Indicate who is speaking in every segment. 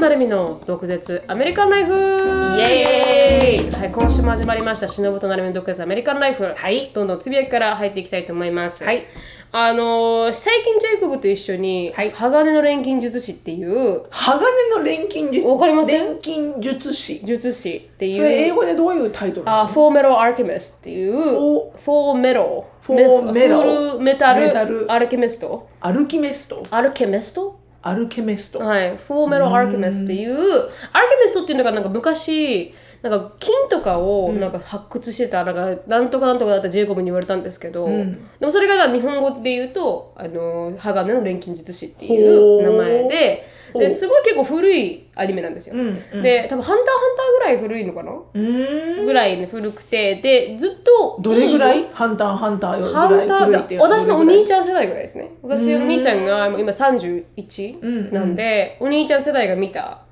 Speaker 1: なるみの独舌アメリカンライフイ
Speaker 2: エーイ
Speaker 1: はい、今週も始まりましたしのぶとなるみの独舌アメリカンライフ
Speaker 2: はい
Speaker 1: どんどんつぶやきから入っていきたいと思います
Speaker 2: はい
Speaker 1: あのー最近ジェイコブと一緒に、
Speaker 2: はい
Speaker 1: 鋼の錬金術師っていう
Speaker 2: 鋼の錬金術
Speaker 1: わかります
Speaker 2: 錬金術師
Speaker 1: 術師っていう
Speaker 2: それ英語でどういうタイトルなの
Speaker 1: あフォーメロアルケミストっていう
Speaker 2: フォー
Speaker 1: フォーメロ
Speaker 2: フォーメロ
Speaker 1: フルメタル
Speaker 2: メタル
Speaker 1: アルケミスト
Speaker 2: アルキメスト
Speaker 1: アルケミスト
Speaker 2: アルケメスト
Speaker 1: はい、フォーメロアルケミスっていうアルケミストっていうのがなんか昔なんか金とかをなんか発掘してた、なんかなんとかなんとかだったジェイコブに言われたんですけど、
Speaker 2: ん
Speaker 1: でもそれが日本語で言うとあの鋼の錬金術師ってい
Speaker 2: ほ
Speaker 1: う
Speaker 2: う
Speaker 1: 名前で
Speaker 2: ほう
Speaker 1: ですごい結構古いアニメなんですよ。
Speaker 2: うんうん
Speaker 1: で多分「ハンターハンター」ぐらい古いのかな、
Speaker 2: うーん
Speaker 1: ぐらい古くてでずっと
Speaker 2: どれぐら
Speaker 1: いい
Speaker 2: いハンターハンターよりぐ
Speaker 1: ハ
Speaker 2: ら
Speaker 1: ン
Speaker 2: い
Speaker 1: タ
Speaker 2: 古いって
Speaker 1: ー
Speaker 2: い
Speaker 1: だ私のお兄
Speaker 2: ち
Speaker 1: ちゃん世代ぐらいですね私のお兄ちゃんが今31なんで、お兄ちゃん世代が見た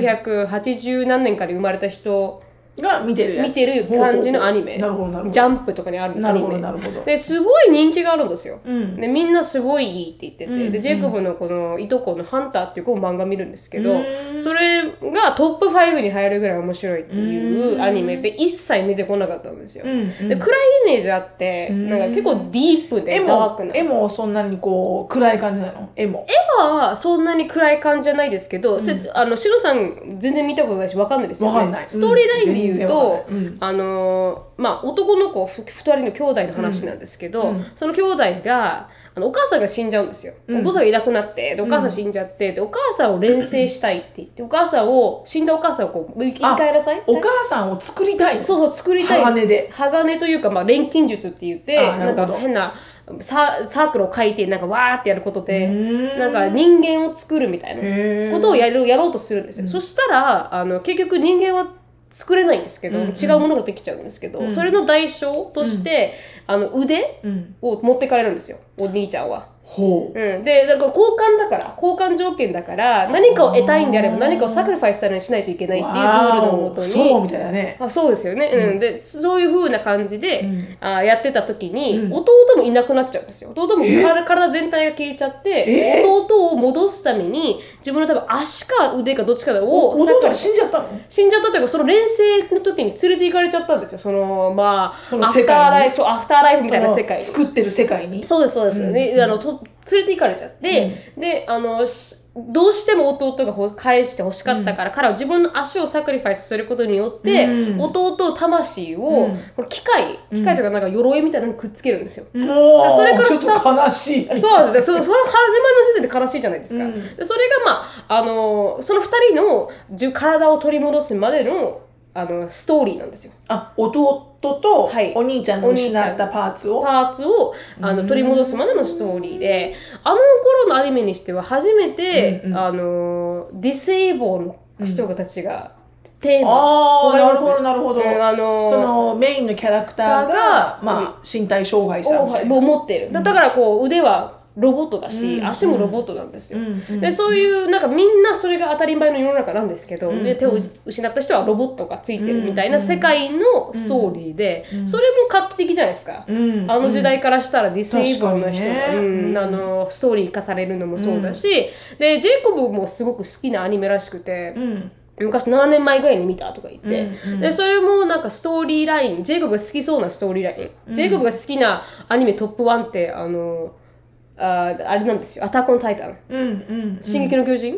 Speaker 1: 1980何年かで生まれた人
Speaker 2: ゃんが見てるやつ
Speaker 1: 見てる感じのアニメ
Speaker 2: ほうほうなるほどなるほど
Speaker 1: ジャンプとかにある
Speaker 2: な
Speaker 1: ア
Speaker 2: る
Speaker 1: ニ
Speaker 2: ほど
Speaker 1: メ
Speaker 2: なるほど
Speaker 1: ですごい人気があるんですよ、
Speaker 2: うん
Speaker 1: でみんなすごいいいって言ってて、
Speaker 2: うんう
Speaker 1: で
Speaker 2: ん
Speaker 1: ジェイコブのこのいとこの「ハンター」っていう子も漫画見るんですけど、
Speaker 2: うん
Speaker 1: それがトップ5に入るぐらい面白いっていう
Speaker 2: うん
Speaker 1: アニメで一切見てこなかったんですよ、
Speaker 2: うんうん
Speaker 1: で暗いイメージあって
Speaker 2: うん
Speaker 1: なんか結構ディープで
Speaker 2: 絵
Speaker 1: ダー
Speaker 2: も
Speaker 1: クな
Speaker 2: 絵もそんなにこう暗い感じなの絵も
Speaker 1: 今はそんなに暗い感じじゃないですけど、ちょっとあのシロさん全然見たことないしわかんないですよね
Speaker 2: わかんないうん
Speaker 1: ストーリーラインで言うと、
Speaker 2: 全然わかんないうん
Speaker 1: あのーまあ男の子ふ二人の兄弟の話なんですけど、その兄弟があのお母さんが死んじゃうんですよ、お父さんがいなくなってでお母さん死んじゃってでお母さんを連生したいって言ってお母さんを死んだお母さんをこう生き
Speaker 2: あ
Speaker 1: 返らさい
Speaker 2: お母さんを作りたいの
Speaker 1: そうそう作りたい
Speaker 2: 鋼で
Speaker 1: 鋼というか、まあ、錬金術って言って
Speaker 2: あー
Speaker 1: な
Speaker 2: なる
Speaker 1: ん
Speaker 2: ほど
Speaker 1: か変なササークルを書いてなんかわーってやることで
Speaker 2: ーん
Speaker 1: なんか人間を作るみたいな
Speaker 2: へー
Speaker 1: ことをやるやろうとするんですよ、そしたらあの結局人間は作れないんですけど、
Speaker 2: うんうん
Speaker 1: 違うものができちゃうんですけど、それの代償として、あの腕
Speaker 2: うん
Speaker 1: を持ってかれるんですよお兄ちゃんは。
Speaker 2: ほう
Speaker 1: うん、でなんか交換だから交換条件だから何かを得たいんであれば何かをサクリファイスされしないといけないっていうルールのもとに
Speaker 2: そうみたいだね
Speaker 1: あそうですよね、うんでそういう風な感じで、
Speaker 2: ん
Speaker 1: あやってた時に、
Speaker 2: うん
Speaker 1: 弟もいなくなっちゃうんですよ弟もから体全体が消えちゃって
Speaker 2: え
Speaker 1: 弟を戻すために自分の多分足か腕かどっちかをさ
Speaker 2: 弟は死んじゃったの
Speaker 1: 死んじゃったというかその連生の時に連れて行かれちゃったんですよそのまあ
Speaker 2: その
Speaker 1: アフ
Speaker 2: 世界に
Speaker 1: ターライフそうアフターライフみたいな世界に
Speaker 2: その作ってる世界に
Speaker 1: そうですそうです、であのと連れて行かれちゃって、であのしどうしても弟がほ返してほしかったから、彼は自分の足をサクリファイスすることによって、
Speaker 2: うん
Speaker 1: 弟の魂を、
Speaker 2: うん
Speaker 1: これ機械機械というかなんか鎧みたいなのにくっつけるんですよ。
Speaker 2: もう
Speaker 1: それから
Speaker 2: ちょ
Speaker 1: スター
Speaker 2: っと悲しい
Speaker 1: そうなんですよそのその始まりの時点で悲しいじゃないですか、
Speaker 2: うん
Speaker 1: でそれがまああのその2人のじゅ体を取り戻すまでのあのストーリーなんですよ
Speaker 2: あ弟と
Speaker 1: はい
Speaker 2: お兄ちゃんの失ったパーツを
Speaker 1: パーツをあの取り戻すまでのストーリーであの頃のアニメにしては初めて、
Speaker 2: うんうん
Speaker 1: あのディセイボーの人たちがテーマ、
Speaker 2: あ
Speaker 1: わ
Speaker 2: あ
Speaker 1: かりま
Speaker 2: なる
Speaker 1: す
Speaker 2: ほどなるほど
Speaker 1: うんあの
Speaker 2: そのメインのキャラクター
Speaker 1: が
Speaker 2: がまあ身体障害者
Speaker 1: を
Speaker 2: みたいな
Speaker 1: を持ってるだだからこう腕はロボットだし、
Speaker 2: うん
Speaker 1: 足もロボットなんですよ、
Speaker 2: うんうん
Speaker 1: でそういうなんかみんなそれが当たり前の世の中なんですけど、
Speaker 2: うん
Speaker 1: で手を失った人はロボットがついてるみたいな世界のストーリーで、それも画期的じゃないですか、
Speaker 2: うん
Speaker 1: あの時代からしたらディセイブルの人が、
Speaker 2: 確かにね
Speaker 1: うん
Speaker 2: うん
Speaker 1: あのストーリー化されるのもそうだし、でジェイコブもすごく好きなアニメらしくて、
Speaker 2: うん
Speaker 1: 昔7年前ぐらいに見たとか言って、
Speaker 2: うんうん
Speaker 1: でそれもなんかストーリーラインジェイコブが好きそうなストーリーライン、ジェイコブが好きなアニメトップ1ってあのああれなんですよ「アタック・オン・タイタン」
Speaker 2: うんうん
Speaker 1: 「進撃の巨人」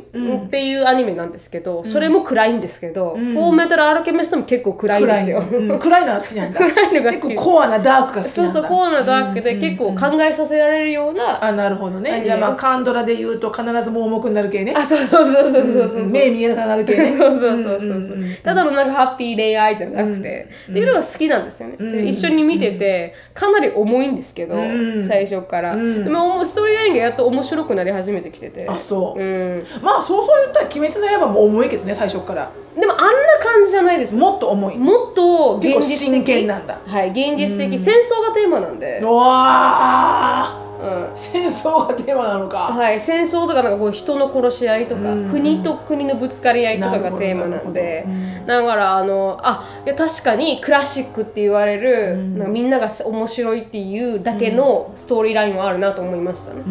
Speaker 1: っていうアニメなんですけど、それも暗いんですけど、フォーメタル・アルケメストも結構暗いんで
Speaker 2: 暗い
Speaker 1: すよ。
Speaker 2: うん暗いのが好きなん だ
Speaker 1: 暗いのが好
Speaker 2: 結
Speaker 1: き
Speaker 2: 構コアなダークが好きなんだ
Speaker 1: そうそうコアなダークで結構考えさせられるような、
Speaker 2: あなるほ
Speaker 1: ア
Speaker 2: ど
Speaker 1: ニ
Speaker 2: ね
Speaker 1: メ
Speaker 2: じゃあま
Speaker 1: が
Speaker 2: あ
Speaker 1: 好き
Speaker 2: カンドラで言うと必ず盲目になる系ね
Speaker 1: あそうそうそうそうそうそうそう
Speaker 2: 目見えなくなる系ね
Speaker 1: そうそうそうそうそうただのなんかハッピー恋愛じゃなくて、っていうのが好きなんですよね、で一緒に見ててかなり重いんですけど、
Speaker 2: ん
Speaker 1: 最初から、
Speaker 2: ん
Speaker 1: でもストーリーラインがやっと面白くなり始めてきてて
Speaker 2: あそう、
Speaker 1: うん、
Speaker 2: まあそうそう言ったら「鬼滅の刃」も重いけどね最初から
Speaker 1: でもあんな感じじゃないです
Speaker 2: もっと重い
Speaker 1: もっと現
Speaker 2: 結構
Speaker 1: 実的
Speaker 2: 真剣なんだ
Speaker 1: はい現実的、戦争がテーマなんで、
Speaker 2: うわー
Speaker 1: うん
Speaker 2: 戦争争がテーマなのか。
Speaker 1: はい、戦争とかなんかこう人の殺し合いとか、
Speaker 2: うん
Speaker 1: 国と国のぶつかり合いとか
Speaker 2: なる
Speaker 1: が
Speaker 2: ほど
Speaker 1: テーマなんで
Speaker 2: なる
Speaker 1: だからあのあいや確かにクラシックって言われる、なんかみんなが面白いっていうだけのストーリーラインはあるなと思いましたね、
Speaker 2: うー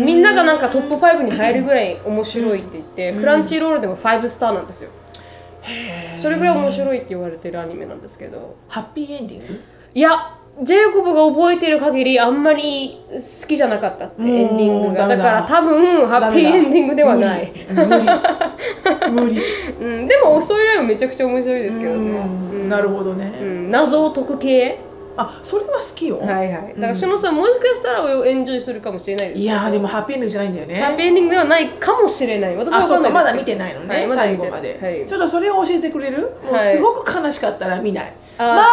Speaker 2: ん。
Speaker 1: みんながなんかトップ5に入るぐらい面白いって言って、クランチーロールでも5スターなんですよそれぐらい面白いって言われてるアニメなんですけど
Speaker 2: ハッピーエンディング
Speaker 1: いやジェイコブが覚えてる限りあんまり好きじゃなかったって
Speaker 2: もう
Speaker 1: エンディングが
Speaker 2: ダメ
Speaker 1: だ
Speaker 2: だ
Speaker 1: から多分ハッピーエンディングではない、
Speaker 2: 無理。 無理。
Speaker 1: うん、でもそれよりもめちゃくちゃ面白いですけどね、
Speaker 2: うんなるほど
Speaker 1: う
Speaker 2: ね。
Speaker 1: ん、謎を解く系
Speaker 2: あ、それは好きよ。
Speaker 1: はいはいだからしのさんもしかしたらエンジョイするかもしれないです
Speaker 2: いやーでもハッピーエンディングじゃないんだよ
Speaker 1: ハッ
Speaker 2: ね。
Speaker 1: ピーエンディングではないかもしれない私は
Speaker 2: あ、
Speaker 1: わか
Speaker 2: そ
Speaker 1: ん
Speaker 2: う
Speaker 1: な
Speaker 2: か
Speaker 1: い
Speaker 2: ま
Speaker 1: で
Speaker 2: だ見
Speaker 1: すけ
Speaker 2: て
Speaker 1: ど
Speaker 2: ないの
Speaker 1: は
Speaker 2: ね、
Speaker 1: いまだ見
Speaker 2: 最
Speaker 1: て
Speaker 2: 後まで、
Speaker 1: はい
Speaker 2: ちょっとそれを教えてくれるもう
Speaker 1: はい
Speaker 2: すごく悲しかったら見ない、
Speaker 1: あー
Speaker 2: まあまあ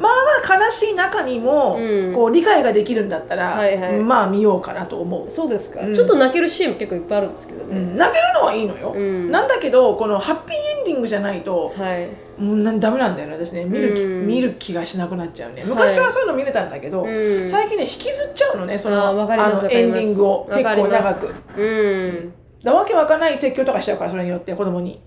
Speaker 2: まあまあ悲しい中にも、
Speaker 1: うん
Speaker 2: こう理解ができるんだったら、
Speaker 1: はいはい
Speaker 2: まあ見ようかなと思う
Speaker 1: そうですか、
Speaker 2: うん
Speaker 1: ちょっと泣けるシーンも結構いっぱいあるんですけど
Speaker 2: う
Speaker 1: ね、
Speaker 2: ん泣けるのはいいのよ、
Speaker 1: うん
Speaker 2: なんだけどこのハッピーエンディングじゃないと、
Speaker 1: はい
Speaker 2: もうなんダメなんだよね私ね見る気、
Speaker 1: うん
Speaker 2: 見る気がしなくなっちゃうね昔はそういうの見れたんだけど、
Speaker 1: うん
Speaker 2: 最近ね引きずっちゃうのねそ
Speaker 1: あーわ
Speaker 2: の
Speaker 1: かります
Speaker 2: の
Speaker 1: わか
Speaker 2: エ
Speaker 1: り
Speaker 2: ン
Speaker 1: ます
Speaker 2: ディングを結
Speaker 1: わかり
Speaker 2: 構
Speaker 1: ます
Speaker 2: 長く
Speaker 1: うん
Speaker 2: だわけわかんない説教とかしちゃうからそれによって子供に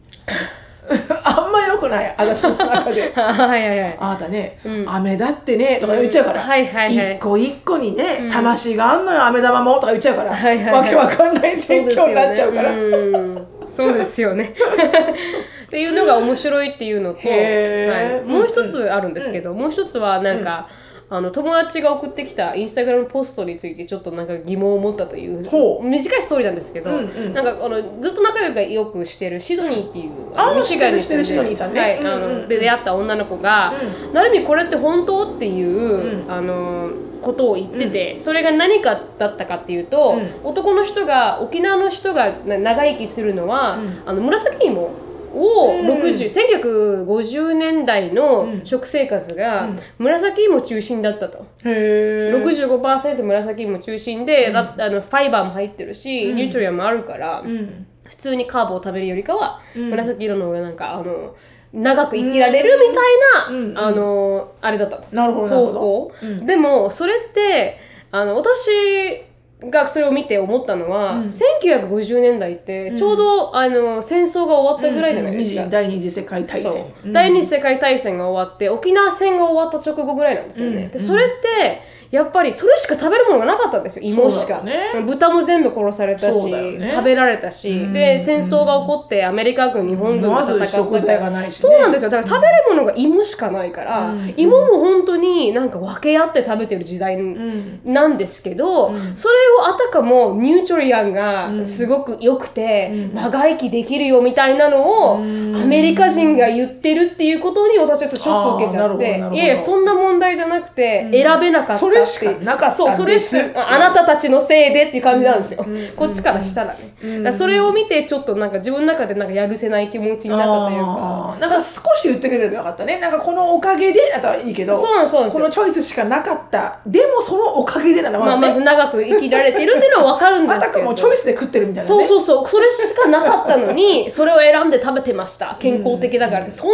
Speaker 2: あんまよくない私の 中で
Speaker 1: はいはいはい
Speaker 2: あなたね、
Speaker 1: うん
Speaker 2: 飴だってねとか言っちゃうから、
Speaker 1: うんはいはいはい
Speaker 2: 一個一個にね、
Speaker 1: うん
Speaker 2: 魂があんのよ飴玉もとか言っちゃうから、
Speaker 1: はいはいはい
Speaker 2: わけわかんない
Speaker 1: そうです
Speaker 2: 説教
Speaker 1: よ
Speaker 2: に
Speaker 1: ね
Speaker 2: なっちゃうから
Speaker 1: うんそうですよねっていうのが面白いっていうのと、
Speaker 2: へ
Speaker 1: はい
Speaker 2: ー
Speaker 1: もう一つあるんですけど、もう一つはなんか、あの友達が送ってきたインスタグラムポストについてちょっとなんか疑問を持ったという
Speaker 2: ほう
Speaker 1: 短いストーリーなんですけど、
Speaker 2: うんうん
Speaker 1: なんかあのずっと仲良くよくしてるシドニーっていう
Speaker 2: あー
Speaker 1: ミシガンに住んで
Speaker 2: 知ってる知ってるシドニーさんね
Speaker 1: はい
Speaker 2: うんうん
Speaker 1: あので出会った女の子が、なるみこれって本当っていう、
Speaker 2: うん
Speaker 1: あのことを言ってて、それが何かだったかっていうと、
Speaker 2: う
Speaker 1: 男の人が沖縄の人がな長生きするのは、
Speaker 2: うん
Speaker 1: あの紫芋を
Speaker 2: うん
Speaker 1: 60、1950年代
Speaker 2: う
Speaker 1: の
Speaker 2: ん
Speaker 1: 食生活が
Speaker 2: うん
Speaker 1: 紫芋中心だったと。
Speaker 2: へー
Speaker 1: 65%紫芋中心で、ラあのファイバーも入ってるし、
Speaker 2: うん
Speaker 1: ニュートリアもあるから、
Speaker 2: うん
Speaker 1: 普通にカーブを食べるよりかは、
Speaker 2: うん
Speaker 1: 紫色の方がなんかあの長く生きられるみたいな、
Speaker 2: うんうん
Speaker 1: あのあれだったんですよ
Speaker 2: なるほどなるほど
Speaker 1: 投稿、
Speaker 2: うん
Speaker 1: でもそれってあの私がそれを見て思ったのは、
Speaker 2: うん
Speaker 1: 1950年代ってちょうど、あの戦争が終わったぐらいじゃないですか、
Speaker 2: うんうん第二次世界大戦
Speaker 1: そう、
Speaker 2: うん
Speaker 1: 第二次世界大戦が終わって沖縄戦が終わった直後ぐらいなんですよね、
Speaker 2: うん
Speaker 1: でそれってやっぱりそれしか食べるものがなかったんですよ芋しか、
Speaker 2: そうだよ
Speaker 1: 豚も全部殺された
Speaker 2: そう
Speaker 1: し、
Speaker 2: だよね
Speaker 1: 食べられたし、
Speaker 2: うん
Speaker 1: で戦争が起こってアメリカ軍日本軍が
Speaker 2: ま
Speaker 1: 戦っ
Speaker 2: ず
Speaker 1: た
Speaker 2: 食
Speaker 1: か
Speaker 2: 材
Speaker 1: ら
Speaker 2: がないし、ね、
Speaker 1: そうなんですよだから食べるものが芋しかないから、
Speaker 2: うん
Speaker 1: 芋も本当になんか分け合って食べてる時代
Speaker 2: うん
Speaker 1: なんですけど、
Speaker 2: うん
Speaker 1: それをあたかもニュートリアンがすごく良くて、
Speaker 2: うん
Speaker 1: 長生きできるよみたいなのを、
Speaker 2: うん
Speaker 1: アメリカ人が言ってるっていうことに私はちょっとショックを受けちゃっ
Speaker 2: あーなるほどなる
Speaker 1: て
Speaker 2: ほど
Speaker 1: いやいやそんな問題じゃなくて、
Speaker 2: うん
Speaker 1: 選べなかったって
Speaker 2: それしかなかったんです
Speaker 1: そうそれしかああなたたちのせいでっていう感じなんですよ、こっちからしたらね、だからそれを見てちょっとなんか自分の中でなんかやるせない気持ちになったというか
Speaker 2: あーなんか少し言ってくれればよかったねなんかこのおかげでだったらいいけど
Speaker 1: そうなんですそうなんです
Speaker 2: こ
Speaker 1: よ
Speaker 2: のチョイスしかなかったでもそのおかげでなの
Speaker 1: まあまあ
Speaker 2: ね
Speaker 1: 長く生きられてるっていうのは分かるんで
Speaker 2: あた
Speaker 1: すけ
Speaker 2: か
Speaker 1: ど
Speaker 2: もチョイスで食ってるみたいなね
Speaker 1: そうそうそうそれしかなかったのにそれを選んで食べてました健康的だからってそんな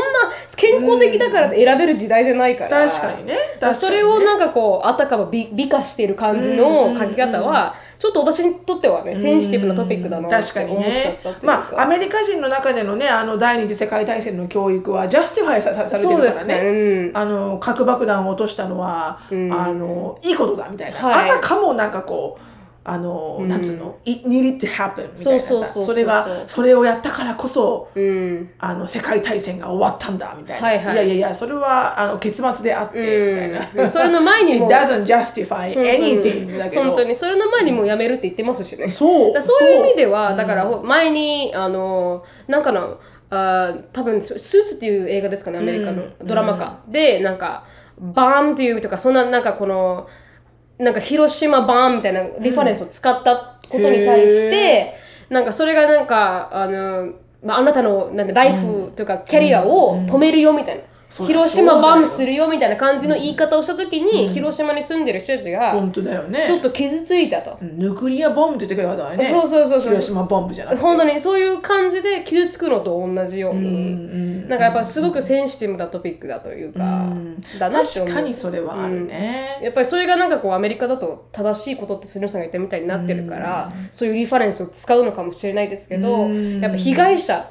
Speaker 1: 健康的だからって選べる時代じゃないから
Speaker 2: 確かにね確かにね
Speaker 1: それをなんかこうあたかも美美化してる感じの書き方はちょっと私にとってはねセンシティブなトピックだなって
Speaker 2: 確かに
Speaker 1: 思っちゃ
Speaker 2: ね
Speaker 1: ったっていう
Speaker 2: まあア
Speaker 1: か
Speaker 2: メリカ人の中でのねあの第二次世界大戦の教育はジャスティファイささされてる
Speaker 1: そう
Speaker 2: か
Speaker 1: で
Speaker 2: ら
Speaker 1: す
Speaker 2: ね
Speaker 1: ねうん
Speaker 2: あの核爆弾を落としたのは、
Speaker 1: うん
Speaker 2: あのいいことだみたいな、
Speaker 1: はい
Speaker 2: あたかもなんかこうあの、
Speaker 1: うん
Speaker 2: なんつうの「It needed to happen」みたい
Speaker 1: そう
Speaker 2: なさ
Speaker 1: そうそうそうそう
Speaker 2: れがそれをやったからこそ
Speaker 1: うん
Speaker 2: あの世界大戦が終わったんだみたいな、
Speaker 1: はいはい
Speaker 2: やいやいやそれはあの結末であって、みたい
Speaker 1: うん
Speaker 2: な
Speaker 1: それの前にも
Speaker 2: It doesn't justify
Speaker 1: う
Speaker 2: anything
Speaker 1: ん
Speaker 2: だけど、
Speaker 1: 本当にそれの前にもうやめるって言ってますしね
Speaker 2: そ
Speaker 1: だ
Speaker 2: う
Speaker 1: からそういう意味では、
Speaker 2: そう
Speaker 1: だから前にあのなんかのあー多分ススーツっていう映画ですかねアメリカの、
Speaker 2: うん
Speaker 1: ドラマか、でなんかバーンっていうとかそんななんかこのなんか広島バーンみたいなリファレンスを使ったことに対して、なんかそれがなんかあの、まあ、あなたのなんかライフというかキャリアを止めるよみたいな。
Speaker 2: そりゃ
Speaker 1: 広
Speaker 2: そうだ
Speaker 1: 島
Speaker 2: よ
Speaker 1: バンするよみたいな感じの言い方をした時に、広島に住んでる人たちが
Speaker 2: 本当だよね
Speaker 1: ちょっと傷ついたと、
Speaker 2: うんヌクリアボンブって言ってくればよかったわよね
Speaker 1: そうそうそうそう
Speaker 2: 広島ボンブじゃなくて
Speaker 1: 本当にそういう感じで傷つくのと同じように、
Speaker 2: うん
Speaker 1: なんかやっぱすごくセンシティブなトピックだというか、
Speaker 2: うん
Speaker 1: だなって
Speaker 2: 確
Speaker 1: 思う
Speaker 2: かにそれはあるね、
Speaker 1: やっぱりそれがなんかこうアメリカだと正しいことって辻野さんが言ったみたいになってるから、そういうリファレンスを使うのかもしれないですけど、
Speaker 2: うん
Speaker 1: やっぱ被害者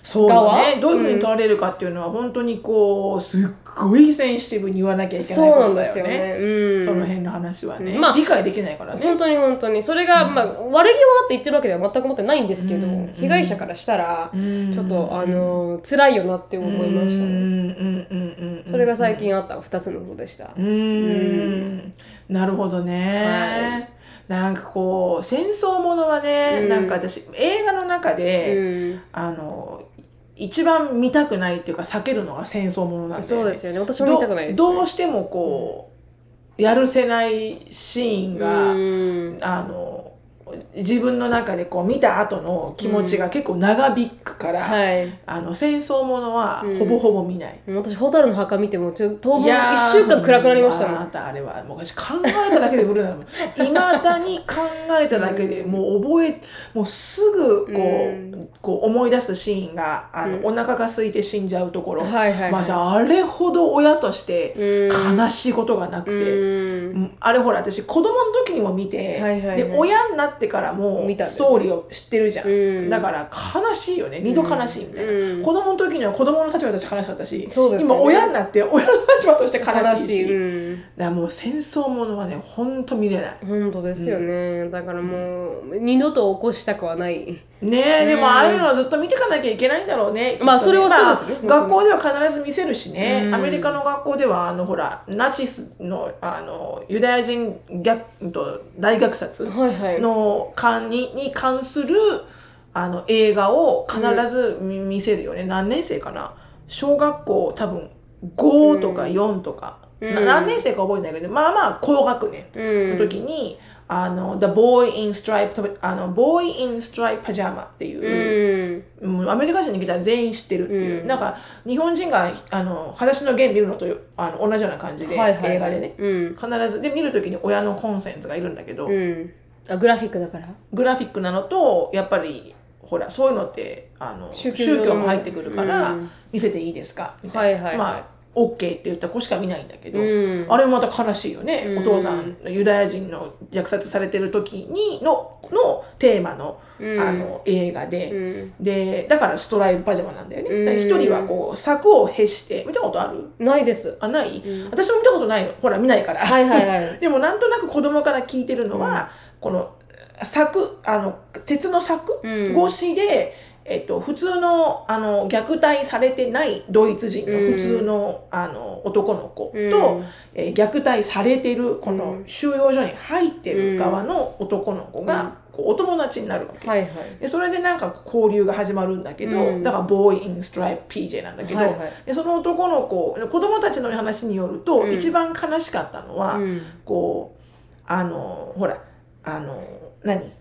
Speaker 2: そうだ
Speaker 1: 側
Speaker 2: ねどういうふうに取られるかっていうのは本当にこうすっごいセンシティブに言わなきゃいけない
Speaker 1: そう
Speaker 2: こ
Speaker 1: な
Speaker 2: と
Speaker 1: んで
Speaker 2: だ
Speaker 1: す
Speaker 2: よ
Speaker 1: よ
Speaker 2: ね
Speaker 1: ね。うん、
Speaker 2: その辺の話はね、
Speaker 1: まあ
Speaker 2: 理解できないからね
Speaker 1: 本当に本当にそれが、まあ、悪気はって言ってるわけでは全く思ってないんですけど、被害者からしたら、ちょっとあのー辛いよなって思いました
Speaker 2: うん
Speaker 1: ね。
Speaker 2: うんうんうん
Speaker 1: それが最近あった2つのことでした。
Speaker 2: うーんなるほどね、なんかこう戦争ものはね、
Speaker 1: うん
Speaker 2: なんか私映画の中
Speaker 1: う
Speaker 2: で、
Speaker 1: ん
Speaker 2: あの一番見たくないっていうか避けるのが戦争ものなんだよね
Speaker 1: そうですよね。私も
Speaker 2: ど
Speaker 1: 見たくないです、ね。
Speaker 2: どうしてもこう、やるせないシーンが、
Speaker 1: うん
Speaker 2: あの自分の中でこう見た後の気持ちが結構長引くから、
Speaker 1: はい。
Speaker 2: あの戦争ものは
Speaker 1: うん
Speaker 2: ほぼほぼ見ない。
Speaker 1: 私、ホタルの墓見ても、ちょっと当分
Speaker 2: いやー
Speaker 1: 1週間暗くなりました
Speaker 2: もん
Speaker 1: も。
Speaker 2: あなんたあれはもう私考えただけでブルーな のいまだに考えただけでもう覚えもうすぐこう,、
Speaker 1: うん
Speaker 2: こう思い出すシーンがあの、
Speaker 1: うん
Speaker 2: お腹が空いて死んじゃうところ、
Speaker 1: はいはいはい
Speaker 2: まあじゃああれほど親として
Speaker 1: うん
Speaker 2: 悲しいことがなくて、
Speaker 1: うん
Speaker 2: うんあれほら私子供の時にも見て、
Speaker 1: はいはいはい
Speaker 2: で親になってからも
Speaker 1: 見たね
Speaker 2: ストーリーを知ってるじゃん、
Speaker 1: うん
Speaker 2: だから悲しいよね二度悲しいみたいな、
Speaker 1: うん
Speaker 2: 子供の時には子供の立場として悲しかったし、
Speaker 1: そうですよね
Speaker 2: 今親になって親の立場として悲
Speaker 1: 悲
Speaker 2: しいし
Speaker 1: しい。うん
Speaker 2: だからもう戦争ものはねほんと見れない
Speaker 1: 本当ですよね。だからもう、二度と起こしたくはない。
Speaker 2: ねえ、でもああいうのはずっと見ていかなきゃいけないんだろうね。
Speaker 1: まあ
Speaker 2: きっ
Speaker 1: そ
Speaker 2: とね
Speaker 1: れはそうですね
Speaker 2: まあ学校では必ず見せるしね、
Speaker 1: うん
Speaker 2: アメリカの学校では、あの、ほら、ナチスの、あの、ユダヤ人逆、うんと大虐殺
Speaker 1: はいはい
Speaker 2: の関にに関する、あの、映画を必ず見見せるよね。何年生かな小学校多分5とか4とか、
Speaker 1: うん
Speaker 2: な何年生か覚えてないけど、まあまあ高学年。
Speaker 1: うん
Speaker 2: の時に、あの、The Boy in Striped, あの、Boy in Striped Pajama っていう、
Speaker 1: うん。
Speaker 2: もうアメリカ人に来たら全員知ってるっていう、
Speaker 1: うん
Speaker 2: なんか、日本人が、あの、裸足の弦見るのとあの同じような感じで、
Speaker 1: はいはいはい
Speaker 2: 映画でね。
Speaker 1: うん。
Speaker 2: 必ず、で、見るときに親のコンセントがいるんだけど、
Speaker 1: うん。あ、グラフィックだから。
Speaker 2: グラフィックなのと、やっぱり、ほら、そういうのって、あの、
Speaker 1: 宗
Speaker 2: 宗
Speaker 1: 教上の
Speaker 2: 教も入ってくるから、
Speaker 1: うん
Speaker 2: 見せていいですかみたいな。
Speaker 1: はいはい
Speaker 2: まあ、OK って言った子しか見ないんだけど、
Speaker 1: うん
Speaker 2: あれもまた悲しいよね。
Speaker 1: うん
Speaker 2: お父さん、ユダヤ人の虐殺されてる時にの、のテーマの、
Speaker 1: うん
Speaker 2: あの、映画で、
Speaker 1: うん
Speaker 2: で、だからストライプパジャマなんだよ
Speaker 1: うん
Speaker 2: ね。だから一人はこう、柵をへして、見たことある
Speaker 1: ないです。
Speaker 2: あ、ない、私も見たことないの。ほら、見ないから。
Speaker 1: はいはいはい。
Speaker 2: でもなんとなく子供から聞いてるのは、この柵あの鉄の柵、
Speaker 1: うん
Speaker 2: 越しで、えっと、普通のあの虐待されてないドイツ人の
Speaker 1: うん
Speaker 2: 普通の,、あの男の子
Speaker 1: う
Speaker 2: と
Speaker 1: ん、
Speaker 2: えー虐待されてるこ
Speaker 1: う
Speaker 2: の
Speaker 1: ん
Speaker 2: 収容所に入ってる側の男の子
Speaker 1: うん
Speaker 2: が、こうお友達になるわけ。
Speaker 1: はいはい。
Speaker 2: でそれでなんか交流が始まるんだけど、
Speaker 1: うん
Speaker 2: だからボーイ・イン・ストライプ PJ なんだけど、
Speaker 1: はいはい
Speaker 2: でその男の子子供たちの話によると、
Speaker 1: うん
Speaker 2: 一番悲しかったのは、
Speaker 1: うん
Speaker 2: こうあのほらあの何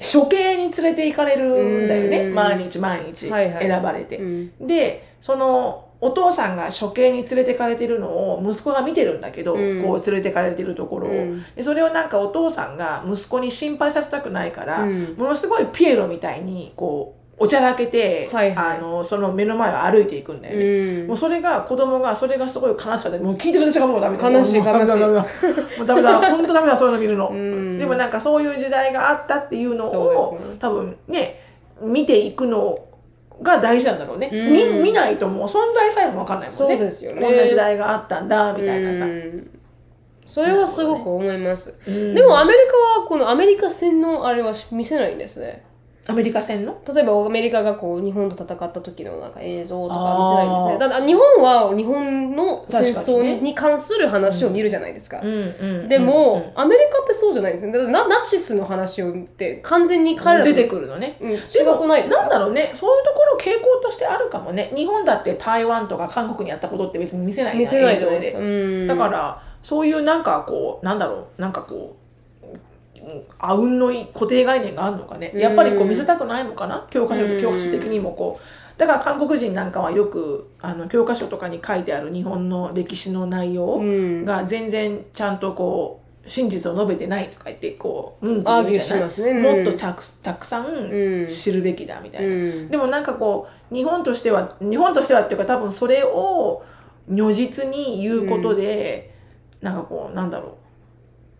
Speaker 2: 処刑に連れて行かれるんだよね
Speaker 1: うん
Speaker 2: 毎日毎日
Speaker 1: はいはい
Speaker 2: 選ばれて、
Speaker 1: うん
Speaker 2: でそのお父さんが処刑に連れてかれてるのを息子が見てるんだけど、
Speaker 1: うん
Speaker 2: こう連れてかれてるところを、
Speaker 1: うん
Speaker 2: でそれをなんかお父さんが息子に心配させたくないから、
Speaker 1: うん
Speaker 2: ものすごいピエロみたいにこうおちゃらけて、
Speaker 1: はいはい
Speaker 2: あのその目の前を歩いていくんだよね、
Speaker 1: うん
Speaker 2: もうそれが子供がそれがすごい悲しかったもう聞いてる私がもうダメだ
Speaker 1: 悲しい
Speaker 2: もうダメだ
Speaker 1: 悲しい
Speaker 2: ダメだもうダメだ本当ダメだそういうの見るの、
Speaker 1: ん
Speaker 2: でもなんかそういう時代があったっていうの
Speaker 1: そ
Speaker 2: を
Speaker 1: うですね
Speaker 2: 多分ね見ていくのが大事なんだろうね、
Speaker 1: うん
Speaker 2: 見見ないともう存在さえも分かんないもんね
Speaker 1: そうですよね
Speaker 2: こんな時代があったんだみたいなさ、
Speaker 1: うんそれはすごく思います。
Speaker 2: うん
Speaker 1: でもアメリカはこのアメリカ戦のあれは見せないんですね。
Speaker 2: アメリカ戦の
Speaker 1: 例えばアメリカがこう日本と戦った時のなんか映像とか見せないんです
Speaker 2: あ
Speaker 1: ね。
Speaker 2: ー
Speaker 1: だから日本は日本の戦
Speaker 2: 確かに
Speaker 1: 争
Speaker 2: ね
Speaker 1: に関する話を見るじゃないですか。
Speaker 2: うん
Speaker 1: でも、アメリカってそうじゃないんですね。だってナナチスの話をって完全に彼らと
Speaker 2: 出てくるのね、
Speaker 1: うん違
Speaker 2: でも
Speaker 1: くないです
Speaker 2: なん
Speaker 1: か
Speaker 2: だろうねそういうところ傾向としてあるかもね日本だって台湾とか韓国にやったことって別に見せないじゃん
Speaker 1: 見せないじゃないで
Speaker 2: 映
Speaker 1: す
Speaker 2: 像
Speaker 1: か。うん
Speaker 2: だからそういうなんかこうなんだろうなんかこううんあうんのい固定概念があるのかねやっぱりこう見せたくないのかな教科書
Speaker 1: うん
Speaker 2: 教科書的にもこうだから韓国人なんかはよくあの教科書とかに書いてある日本の歴史の内容
Speaker 1: うん。
Speaker 2: が全然ちゃんとこう真実を述べてないとか言ってこう、うんって
Speaker 1: アー
Speaker 2: 言
Speaker 1: ギュー
Speaker 2: うじ
Speaker 1: し
Speaker 2: ゃない
Speaker 1: ますね。
Speaker 2: もっとたくたくさ
Speaker 1: うんん
Speaker 2: 知るべきだみたいな、
Speaker 1: うん。
Speaker 2: でもなんかこう日本としては日本としてはっていうか多分それを如実に言うことで、なんかこうなんだろ